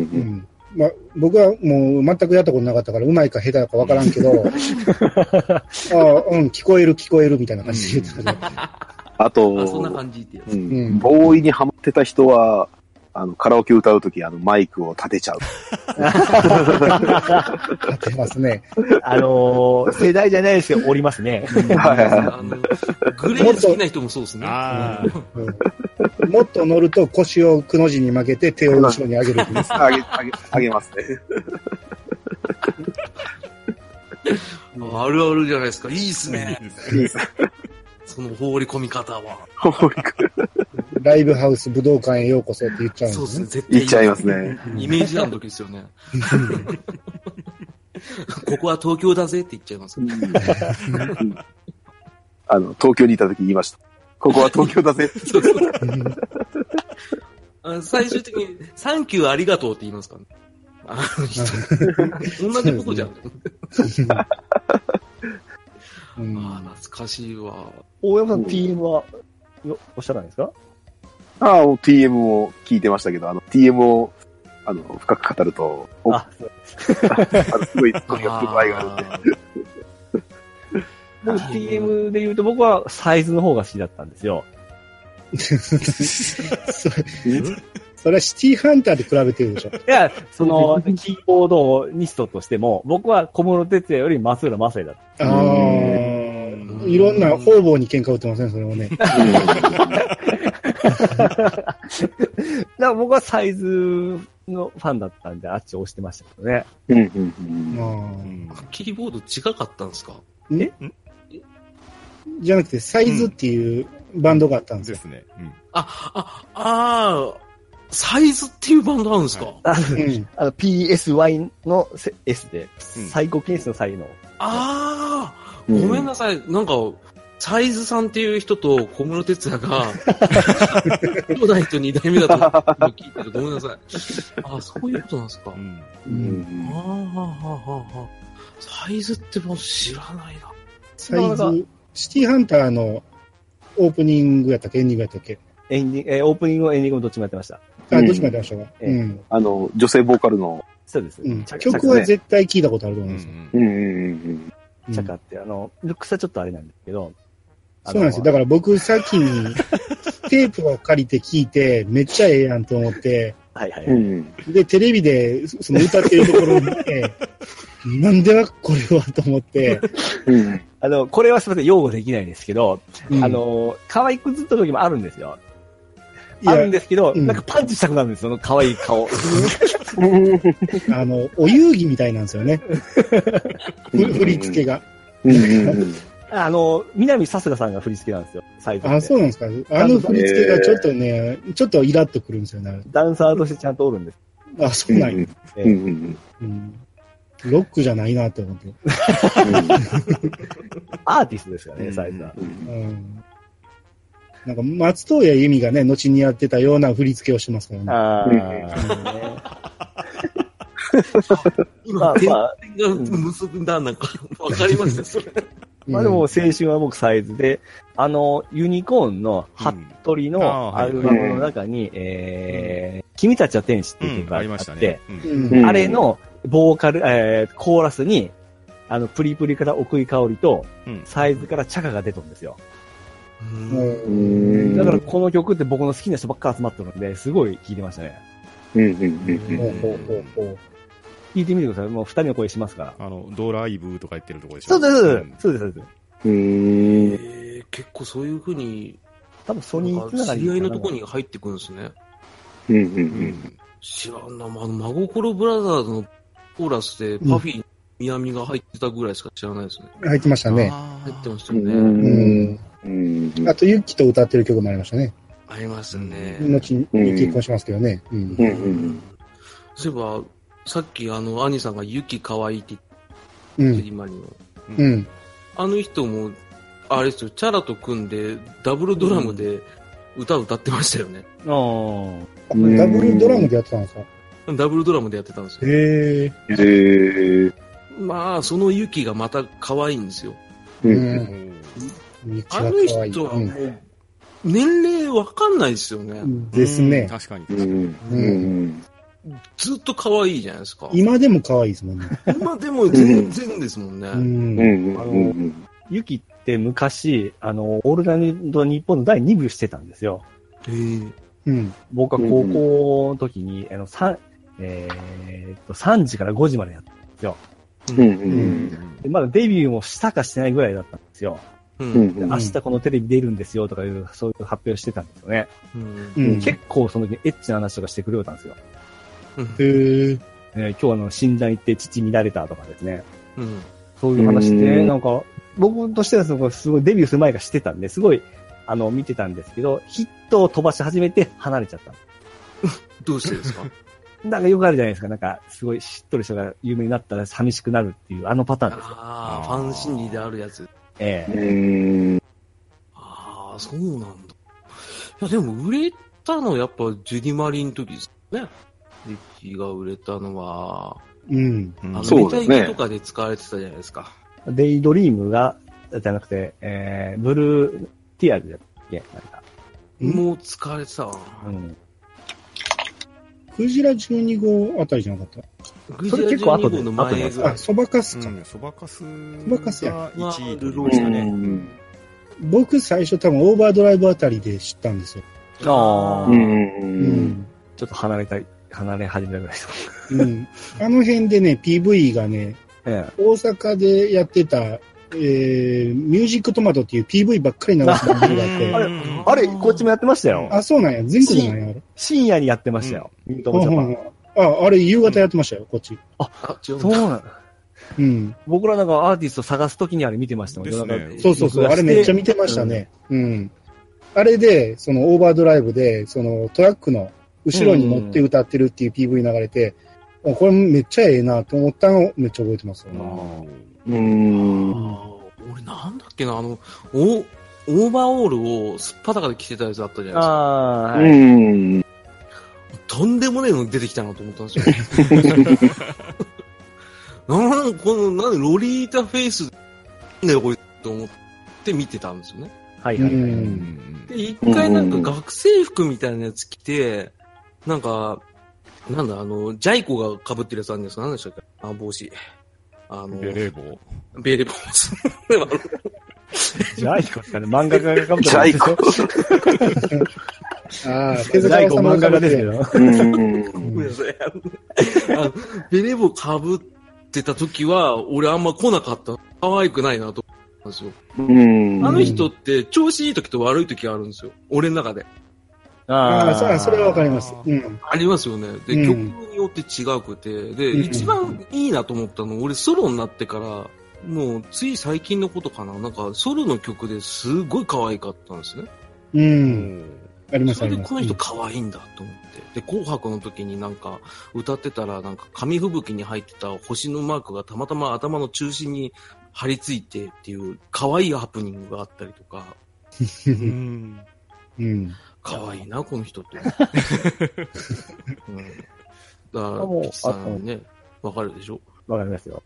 S4: んまあ、僕はもう全くやったことなかったから、うまいか下手かわからんけど、ああ、うん、聞こえる聞こえるみたいな感じで言ってたね。
S6: あ
S5: あ、そんな
S6: と、
S5: 感じってや
S6: う
S5: つ。
S6: んボーイにハマってた人は、あの、カラオケ歌うとき、あの、マイクを立てちゃう。
S4: やってますね。
S3: あのー、世代じゃないですけど、おりますね。
S5: あの、グレー好きな人もそうですね。
S1: あ
S4: うんもっと乗ると腰をくの字に曲げて手を後ろに上げるっていう。
S6: あげ、あげ、あげますね。
S5: あるあるじゃないですか。いいっす
S1: あ。い
S5: ね
S1: い。ですね
S5: その放り込み方は。
S4: ライブハウス武道館へようこそって言っちゃうん
S5: そう
S4: で
S5: ですす
S4: ね
S5: ね。。絶対
S6: 言っちゃいますね。
S5: イメージランドですよね。ここは東京だぜって言っちゃいます。
S6: あの、東京にいたとき言いました。ここは東京だぜ。
S5: そうそうあ最終的に、サンキューありがとうって言いますからね。あの人。同じことじゃん。
S4: うん
S5: ああ、懐かしいわ。
S3: 大山さん TM は、よおっしゃらないですか
S6: ああ、TM を聞いてましたけど、あの、TM を、あの、深く語ると、おあ
S3: あ、
S6: のすごいツッコミがする場合があるんで。
S3: 僕 TM で言うと僕はサイズの方が好きだったんですよ。
S4: それそれはシティハンターで比べてるでしょ。
S3: いや、そ の、キーボードニストとしても、僕は小室哲也より松浦正也だった。
S4: ああ。いろんな方々に喧嘩売ってません、それもね。
S3: だから僕はサイズのファンだったんで、あっちを押してましたけどね。
S6: うんうんうん
S1: うん
S5: キーボード違かったんですか
S4: あーじゃなくて、サイズっていうバンドがあったんです
S1: で
S4: よ。
S1: すね。
S5: あ、あ、ああ、サイズっていうバンドあるんですか、
S1: は
S3: あ
S4: うん
S3: あの PSY のせ S で、最高金数の才能。
S5: ああ、ごめんなさい。なんか、サイズさんっていう人と小室哲也が、兄弟と二代目だと聞いてる。ごめんなさい。ああ、そういうことなんですか。あ
S1: うん。
S6: うん
S5: あ、はあ、はあ、はあ。サイズってもう知らないな。
S4: サイズ、シティハンターのオープニングやったっけエンディングやったっけ
S3: エンディング、えーオープニングもエンディングもどっちもやってました。
S4: あ、
S6: うん
S4: どっちもやってましたわ。
S3: ええ
S4: うん
S6: あの、女性ボーカルの。
S3: そうです。
S4: うん。
S3: チャ
S4: 曲は絶対聞いたことあると思うんですよ。
S6: うんうんうん
S4: うん
S3: チャカって、あの、ルックスはちょっとあれなんですけど。
S4: そうなんですよ。だ
S3: か
S4: から僕先にテープを借りて聞いて、めっちゃええやんと思って、
S3: ら。はいはい、
S6: う
S3: はい
S6: ん。
S4: で、テレビでその歌ってるところを見て、なんではこれはと思って、
S6: うん。
S3: あの、これはすみません、擁護できないんですけど、
S4: うん
S3: あ、の、可愛くずった時もあるんですよ。
S4: い
S3: あるんですけど、
S4: うん
S3: なんかパンチしたくなるんですよ、その可愛い顔。
S4: や、あの、お遊戯みたいなんですよね。ふ振り付けが。
S6: うんうん
S3: あの、南さすがさんが振り付けなんですよ、最初。
S4: あ、そうなんですか。あの振り付けがちょっとね、ちょっとイラっとくるんですよね。
S3: ダンサーとしてちゃんとおるんです。
S4: あ、そうなんや。
S6: うんうん
S4: うんロックじゃないなって思って。
S3: アーティストですからね、
S1: うん
S3: 最初は。
S6: うん
S4: うん。なんか、松任谷由実がね、後にやってたような振り付けをしてますからね。
S3: あー
S5: 今、
S3: まあ
S5: 点
S3: まあ、
S5: 々が結んだ、なんか、わかりますね、それ。
S4: うん
S3: まあでも青春は僕サイズで、あの、ユニコーンの服部のアルバムの中に、えー、君たちは天使って
S1: う
S3: いうん曲
S1: あ
S3: が
S1: りま
S3: あ
S1: した
S3: って
S1: ね、。うん
S4: うん
S3: あれのボーカル、えー、コーラスに、あの、プリプリから奥井香織と
S1: うん、
S3: サイズからチャカが出とるんですよ。
S5: うん
S4: う
S6: うんん。
S3: だからこの曲って僕の好きな人ばっか集まってるんで、すごい聴いてましたね。
S6: うんうんうん
S4: ほうほうほうほう。
S3: 聴いてみてください。もう二人の声しますから。
S1: あの、ドライブとか言ってるとこでし
S3: そ
S1: ょ
S3: うです
S1: ん、
S3: そうです、そうです。
S6: うん。うん。
S5: えー結構そういうふうに、
S3: 多分ソニーつなが
S5: 知
S3: り。
S5: り合いのとこに入ってくるんですね。
S6: うんう
S1: うんん
S5: 知らんな、まあ、真心ブラザーズのコーラスで、
S4: うん
S5: パフィー、南が入ってたぐらいしか知らないですね。
S4: 入ってましたね。
S1: あ
S5: 入って
S1: ー
S5: ました
S6: う
S5: よ
S6: ん。
S5: ね。
S6: うん。うん
S4: あと、ユッキと歌ってる曲もありましたね。
S5: ありましたね。
S4: 後に結婚しますけどね。うん
S6: うんうん
S5: そういえば、さっきあの、兄さんがユキ可愛いって
S4: う
S5: 言って、
S4: ん。
S5: 今にも。
S4: うん。
S5: あの人も、あれですよ、チャラと組んで、ダブルドラムで歌歌ってましたよね。
S3: あ
S4: あダブルドラムでやってたんですか
S5: ダブルドラムでやってたんですよ。
S4: へえ。
S6: へえ。
S5: まあ、そのユキがまた可愛いんですよ。
S6: う。
S4: うんん。
S5: あの人はも
S4: う
S5: う、年齢わかんないですよね。
S4: ん。です
S1: うん
S4: ね。
S1: 確かに。
S6: うん。うん。
S5: ずっと可愛いじゃないですか。
S4: 今でも可愛いですもんね。
S5: 今でも全然ですもんね。
S4: うん
S6: う。んうん。
S3: ユキって昔、あの、オールナイト日本の第2部してたんですよ。
S5: えー
S4: うん。
S3: 僕は高校の時に、あの、三えーっと、3時から5時までやってたんですよ。
S6: うん
S3: でまだデビューもしたかしてないぐらいだったんですよ。
S5: う
S6: うん
S3: で
S6: ん。
S3: 明日このテレビ出るんですよとかいう、そういう発表してたんですよね。
S5: うん
S4: うん。
S3: 結構その時エッチな話とかしてくれよったんですよ。
S5: うん
S4: へえ。
S3: えー今日あの、診断行って父乱れたとかですね。
S5: うん
S3: そういう話っ
S6: う
S3: て、
S6: ん
S3: なんか、僕としてはすごい、すごいデビューする前からしてたんで、すごい、あの、見てたんですけど、ヒットを飛ばし始めて離れちゃった。
S5: どうしてですか
S3: なんかよくあるじゃないですか。なんか、すごいしっとりした人が有名になったら寂しくなるっていう、あのパターンですよ。
S5: ああ、ファン心理であるやつ。
S3: ええ
S6: うん。
S5: ああ、そうなんだ。いや、でも売れたのやっぱジュディマリンの時ですね。リッキーが売れたのは、
S4: うん。
S1: う
S5: あ
S1: ん
S5: の、
S6: そ
S5: メ
S6: うで
S5: タ
S6: すね
S5: イキとかで使われてたじゃないですか。
S3: デイドリームが、じゃなくて、えー、ブルーティアーズだっけなんか。
S4: うん
S5: もう使われてたわ。
S3: うん。
S4: クジラ12号あたりじゃなかっ
S5: グ
S3: そ
S5: ジ
S3: れ
S5: ラ
S3: 結構後で
S5: 12号の前ぐ
S4: た。
S5: らい
S4: あ、。そばかす
S1: う
S4: か。
S1: んそばかす
S4: ばかすや
S1: が1位取り
S6: う
S1: ましたね。
S6: ん。
S4: 僕最初多分オーバードライブあたりで知ったんですよ。
S3: ああ、
S6: う。。
S3: ち
S4: うん
S3: ょっと離れたい、離れ始めたぐらいです。
S4: うん。あの辺でね、PV がね、
S3: え
S4: 大阪でやってた、えー、ミュージックトマトっていう PV ばっかり流す番組があっ
S1: う
S4: て
S1: ん
S3: あ、れえ。あれ、こっちもやってましたよ。
S4: あ、そうなんや。全国なんや。あれ
S3: 深夜にやってましたよ。ミントモジャパン。
S4: あ、あれ夕方やってましたよ、こっち。
S5: あ、違う
S3: そうん
S5: だ。
S3: なの。
S4: うん。
S3: 僕らなんかアーティスト探すときにあれ見てましたもん
S1: ですね
S3: 夜中
S4: そうそうそう。
S3: 録
S4: あ
S3: 画
S4: れ
S3: して
S4: めっちゃ見てましたね。うん。あれで、そのオーバードライブで、そのトラックの後ろに乗って歌ってるっていう PV 流れて、あこれめっちゃええなと思ったのをめっちゃ覚えてますよ、
S6: うん。
S5: あー俺なんだっけな、あの、おオーバーオールをすっぱだかで着てたやつあったじゃないですか。
S3: ああ、はい。
S6: うん。
S5: とんでもねえの出てきたなと思ったんですよ。なんこの、なんでロリータフェイスなんだよ、こいつと思っって見てたんですよね。
S3: はいはいはい。
S1: うん
S5: で、一回なんか学生服みたいなやつ着て、なんか、なんだ、あの、ジャイコが被ってるやつあるんですか何でしたっけあ、帽子。あ
S1: うん
S5: の、
S1: ベレー帽。
S5: ベレー帽子。でもあの
S3: ジャイコですかね。漫画家がかぶっ
S6: ジ
S3: て
S6: ャイコ。
S4: ああ、手
S3: ジャイコ
S4: の
S3: 漫画家ですけ
S4: よ。
S3: ど。
S6: うん
S5: ごめんなさい。あのベレー帽かぶってた時は、俺あんま来なかった。可愛くないなと思ったんですよ。
S6: うん
S5: あの人って調子いい時と悪い時があるんですよ。俺の中で。
S4: ああ、
S3: あ。
S4: そうそれはわかりますす。うん。
S5: ありますよね。で、
S4: う
S5: 曲
S4: ん
S5: によって違くて。で、
S4: うん
S5: 一番いいなと思ったの、俺ソロになってから、もうつい最近のことかな。なんかソロの曲ですごい可愛かったんですね。
S4: うん。あります、
S5: そ
S4: あ
S5: れ
S4: り
S5: で
S4: ます。
S5: この人可愛いんだと思って。で、紅白の時になんか歌ってたらなんか紙吹雪に入ってた星のマークがたまたま頭の中心に張り付いてっていう可愛いハプニングがあったりとか、
S1: うん。
S4: うん。
S5: 可愛いな、この 人って。うん、だから、
S3: もう
S5: ピッチさんね、わかるでしょ
S3: わかりますよ。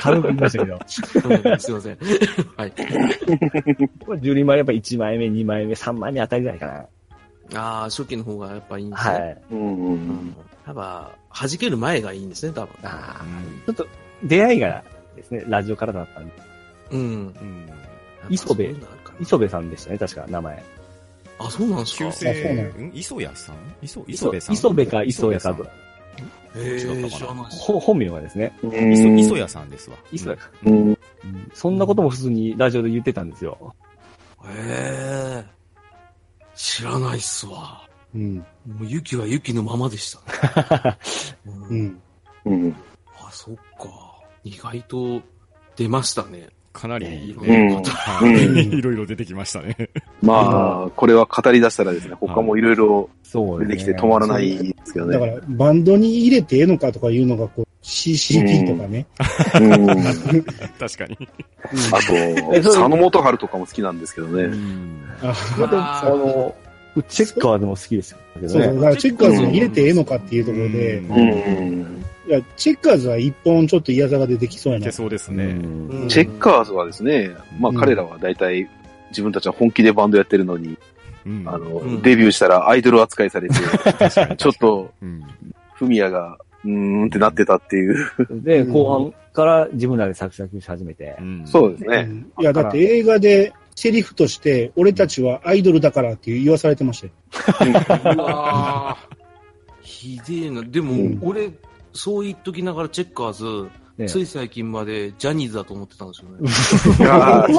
S3: 軽く言いましたけど。
S5: うん すいません。はい。
S3: これ12枚やっぱ1枚目、2枚目、3枚目あたりぐらいかな。
S5: ああ、初期の方がやっぱいいんですね。
S3: はい。
S6: うん
S5: う。ん、やっぱ、弾ける前がいいんですね、多分。
S3: あーちょっと、出会いがですね、ラジオからだったんで。
S5: うん。
S1: うん。
S3: 磯部
S5: やっぱそういうのあるかな
S3: 磯部さんでしたね、確か、名前。
S5: あ、そうなんですか
S1: 旧姓、うん磯谷さん磯、磯部さん
S3: 磯部か磯谷か
S1: 磯部
S5: え
S1: 違
S5: ー、
S1: った
S5: 知
S1: からな
S5: ないです。
S3: ほ本名がですね。
S1: さん磯磯谷さんですわ。
S3: 磯谷か、
S6: うん。
S3: うんそんなことも普通にラジオで言ってたんですよ。
S5: えー、知らないっすわ。
S4: うん。
S5: もう、ゆきはゆきのままでした、ね。 うん
S4: うん。
S6: うん。
S5: あ、そっか。意外と、出ましたね。
S1: かなりいいね、
S6: うん
S1: は
S6: うん
S1: いいろいろ出てきましたね。
S6: まあ、これは語り出したらですね、他もいろいろ
S3: そう
S6: 出
S3: ですね。
S6: てきて止まらないですけど
S4: だか
S6: ね。
S4: ら、バンドに入れてええのかとかいうのが、こう、CCD とかね。
S6: うん
S1: 確かに。
S6: あと、佐野元春とかも好きなんですけどね。
S4: あ
S3: また、あの、チェッカーでも好きですよ。だけど
S4: そう
S3: ね
S4: そう。だから、チェッカーズに入れてええのかっていうところで、
S1: うん
S6: うん。
S4: いや、チェッカーズは一本ちょっと嫌さが出てきそうや
S1: い
S4: な
S1: け。そうです
S3: う
S1: ね。
S3: ん
S5: うん
S6: チェッカーズはですね、まあ
S4: うん
S6: 彼らは大体自分たちは本気でバンドやってるのに、
S1: うん
S6: あの、
S5: うん
S6: デビューしたらアイドル扱いされて、
S1: 確かに
S6: ちょっと、
S1: うん
S6: フミヤが、うーんってなってたっていう。
S3: で、後半から自分らで作詞作詞し始めて
S1: う。ん
S6: そうです
S4: う
S6: ね。
S4: んいや、だって映画で、セリフとして、俺たちはアイドルだからって言わされてましたよ。
S5: うわーひでえな。でも、
S6: うん
S5: 俺、そう言っときながらチェッカーズ、
S3: ね
S5: つい最近までジャニーズだと思ってたんですよね。
S6: ああ、違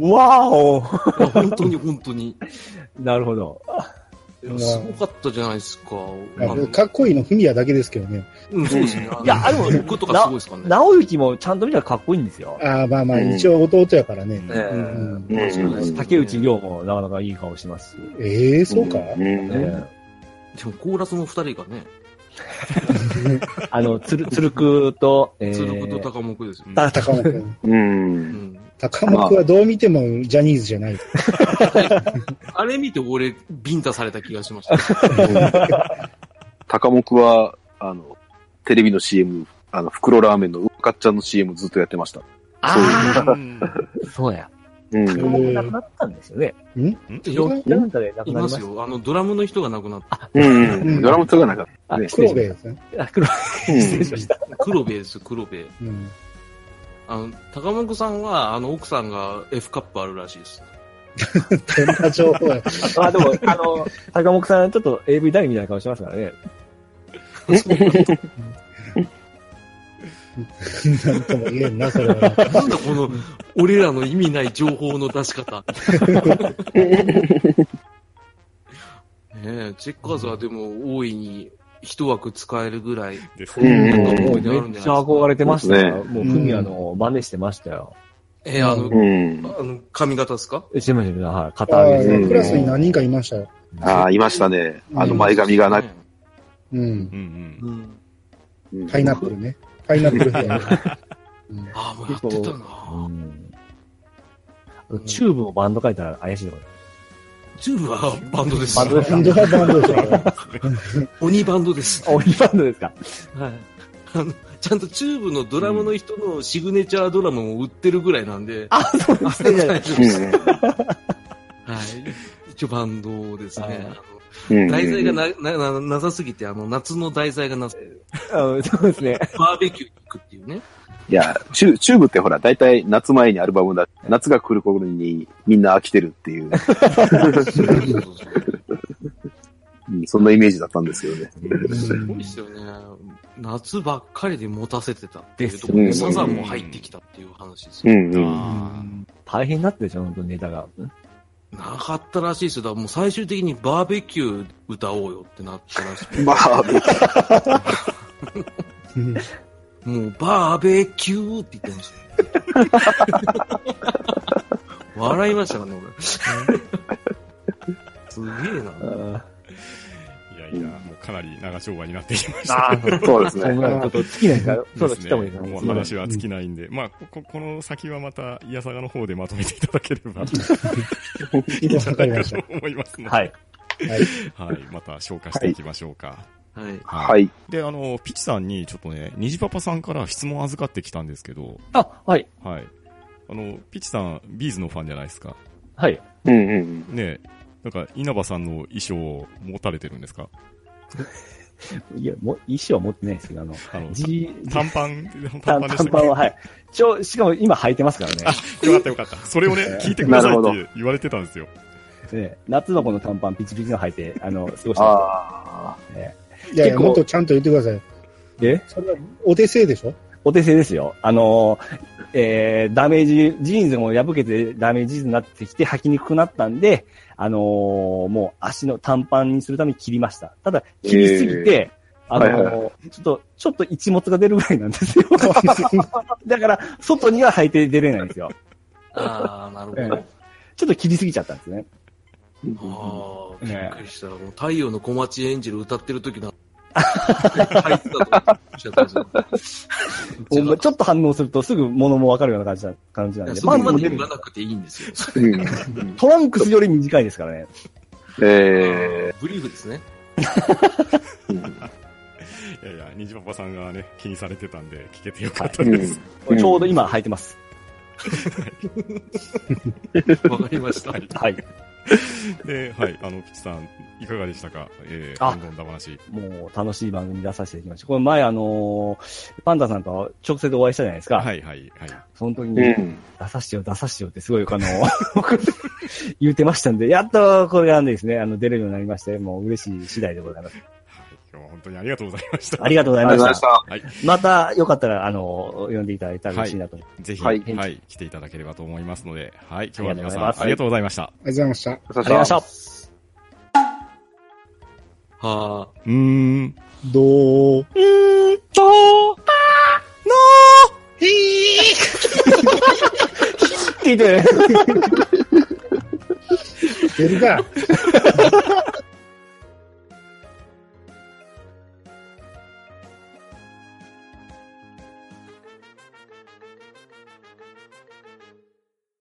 S6: う。
S3: わお
S5: いや本当に本当に。
S3: なるほど。
S5: いやすごかったじゃないですか。あの
S4: かっこいいのフミヤだけですけどね。
S5: うん、そうですね。
S3: いやあでも
S5: 僕とかすごいですからね。
S3: 直行もちゃんと見たらかっこいいんですよ。
S4: ああ、まあまあ、
S6: うん
S4: 一応弟やからね。
S1: うん
S3: ねえ
S4: うん
S6: うん
S3: 竹内涼もなかなかいい顔してますし。
S4: ええそうか。
S6: ん
S3: ね
S5: でもコーラスの二人がね、
S3: あの、つる、つるくと、えー
S5: 鶴子と高木ですよ。
S1: た
S4: 高本君。
S6: うん
S5: うん
S4: 高本君はどう見てもジャニーズじゃない。
S5: あれ見て俺、ビンタされた気がしました。
S6: 高木は、あの、テレビの CM、あの、袋ラーメンのうかっちゃんの CM ずっとやってました。
S3: あ
S1: うん
S3: あ、そうや。
S6: うん
S4: ん
S3: もうなくなったんですよね。
S5: よ
S3: なんかでなくなり
S5: いま
S3: ますした。
S5: よ。あの、ドラムの人が亡くなった。
S6: うんドラムとかなんか、
S3: あ、
S6: ね
S3: 失
S4: 黒
S3: 礼
S4: 部
S3: し
S4: ですね。
S3: ました。あ、黒部。
S6: うん
S3: 失礼しました。
S5: 黒部ですよ、黒部。
S4: うん。
S5: あの、高木さんは、あの、奥さんが F カップあるらしいです。
S4: どんな情報や。
S3: あ、でも、あの、高木さん、ちょっと AV ダイみたいな顔してますからね。
S4: なんとも言えんな、それは。
S5: なんだこの、 俺らの意味ない情報の出し方。ねえ、チェッカーズはでも大いに一枠使えるぐらい。
S1: です
S6: う
S1: ね。
S6: ん
S3: めっちゃ憧れてましたよ。もう、フミヤの真似してましたよ。
S5: えーあの、
S6: うん。
S5: あの、髪型ですか
S3: してましたけど、はい。
S4: あ
S3: 片
S4: あ
S3: 上げ
S6: うん
S3: て。
S4: クラスに何人かいましたよ。
S6: ああ、いましたね。あの前髪がな、
S4: うん。
S1: うん
S6: う
S5: う。ん。
S6: ん
S4: パイナップルね。パイナップルヘア。うん
S5: ああ、もうやってた
S3: う
S5: な。
S3: んあとチューブをバンド書いたら怪しい とこ
S5: チューブはバンドです。
S3: バンドです
S4: バンドはバンドでしょ。
S5: 鬼バンドです。
S3: ろ。オリバンドですか
S5: はい。あの、ちゃんとチューブのドラムの人のシグネチャードラムも売ってるぐらいなんで、
S3: あ、そうですね。
S5: 大丈夫です。
S6: ん
S5: はい。一応バンドですね。
S3: あー
S5: あの
S6: うん
S5: 題材がななななさすぎて、あの、夏の題材がなさ
S3: うんそうですね。
S5: バーベキューに行くっていうね。
S6: いや、チュチューブってほら、大体夏前にアルバムだ。夏が来る頃にみんな飽きてるって いう、
S5: そうそうそう
S6: うんそんなイメージだったんですけどね。
S5: すごいですよね。夏ばっかりで持たせてたっていうとこ
S6: で
S5: ろ
S6: す
S5: で、
S6: ね
S5: サザンも入ってきたっていう話です
S6: う
S5: よ。
S6: んうん。
S1: あ
S3: 大変だったでしょ、本当にネタが。
S5: なかったらしいですよ。だからもう最終的にバーベキュー歌おうよってなったらし
S6: まあ、
S4: うん
S5: い。もうバーベキューって言ってましたよ。 笑いましたからね、俺。すげえな。
S1: ーいやいや、もうかなり長丁場になってきました。
S3: ああ、
S6: そうです
S3: そん
S6: ね。
S3: なこと、尽きないから、そうだ、
S1: で
S3: 来
S1: す
S3: たもん
S1: ね、
S3: ね。
S1: もう話は尽きないんで、まあこ、この先はまた、いやさがの方でまとめていただければいいんじゃないかと思いますので、
S3: は。
S1: はいい、また消化していきましょうか。
S5: はい。
S1: はい
S6: はい。
S1: で、あの、ピチさんにちょっとね、虹パパさんから質問預かってきたんですけど、
S3: あ、はい。
S1: はい。あの、ピチさん、ビーズのファンじゃないですか。
S3: はい。
S6: うんうん
S1: ねえなんか、稲葉さんの衣装を持たれてるんですか
S3: いや、もう、意思は持ってないですけど、あの、
S1: あの、
S3: G、
S1: 短パン、短パン
S3: 短
S1: でしたっけ
S3: パンは、 はい。ちょ、しかも今履いてますからね。
S1: よかったよかった。それ をね、聞いてくださいっ
S6: な
S1: て言われてたんですよ。
S3: ね、夏のこの短パンピチピチの履いて、あの、過ごしてま
S6: あ
S4: いやいや、
S3: 結構
S4: もっとちゃんと言ってください。
S3: す。で、
S4: それはお手製でしょ
S3: お手製ですよ。あの、えー、ダメージ、ジーンズも破けてダメージになってきて履きにくくなったんで、あのーもう足の短パンにするために切りました。ただ、切りすぎて、あのー
S6: はいはい
S3: ちょっと、ちょっと一物が出るぐらいなんですよ。 だから、外には履いて出れないんですよ。
S5: ああ、なるほ
S3: え
S5: ど
S3: え。ちょっと切りすぎちゃったんですね。
S5: ああ、び
S3: ね
S5: っくりした。もう太陽の小町エンジェル歌ってる 時だ。入ってたと思っちゃったんです
S3: ほ
S5: よ
S3: んまちょっと反応するとすぐ物もわかるような感じな感じなん
S5: いや
S3: で。
S5: そこま
S3: も
S5: で言わなくていいんですよ。
S6: あ。うん
S3: トランクスより短いですからね。
S6: え
S5: ブリーフで すね。
S6: ーうん
S1: いやいや、虹パパさんがね、気にされてたんで、聞けてよかったです。
S6: うん
S3: ちょうど今履いてます。
S5: わかりました。
S3: はい。
S1: で、はい、あの、ピチさん、いかがでしたかえー、
S3: あ
S1: ロンドンだ話。
S3: もう楽しい番組出させていただきました。これ前あのーパンダさんと直接お会いしたじゃないですか。
S1: はい、はい、はい。
S3: その時に、
S6: うん
S3: 出さしてよ、出さしてよってすごい、あの、 言ってましたんで、やっとこれなんでですね、あの、出れるようになりまして、もう嬉しい次第でございます。
S1: はい今日は本当にありがとうございました。
S3: ありがとうござ
S6: あ
S3: い
S6: りがとうございま
S3: まし。
S6: したた。
S3: また、よかったら、あの、呼んでいただいたら嬉しいなと思います。
S1: ぜひ、は、
S6: はいい
S1: 来ていただければと思いますので、はい、今日は皆さ
S3: ありがとうございま
S1: ん、
S3: す
S1: ありがとうございました。
S4: ありがとうございました。
S6: ありがとうご
S3: ありがとうございました。
S5: は
S1: うーん。
S4: どう
S3: 聞いて、
S4: 出るか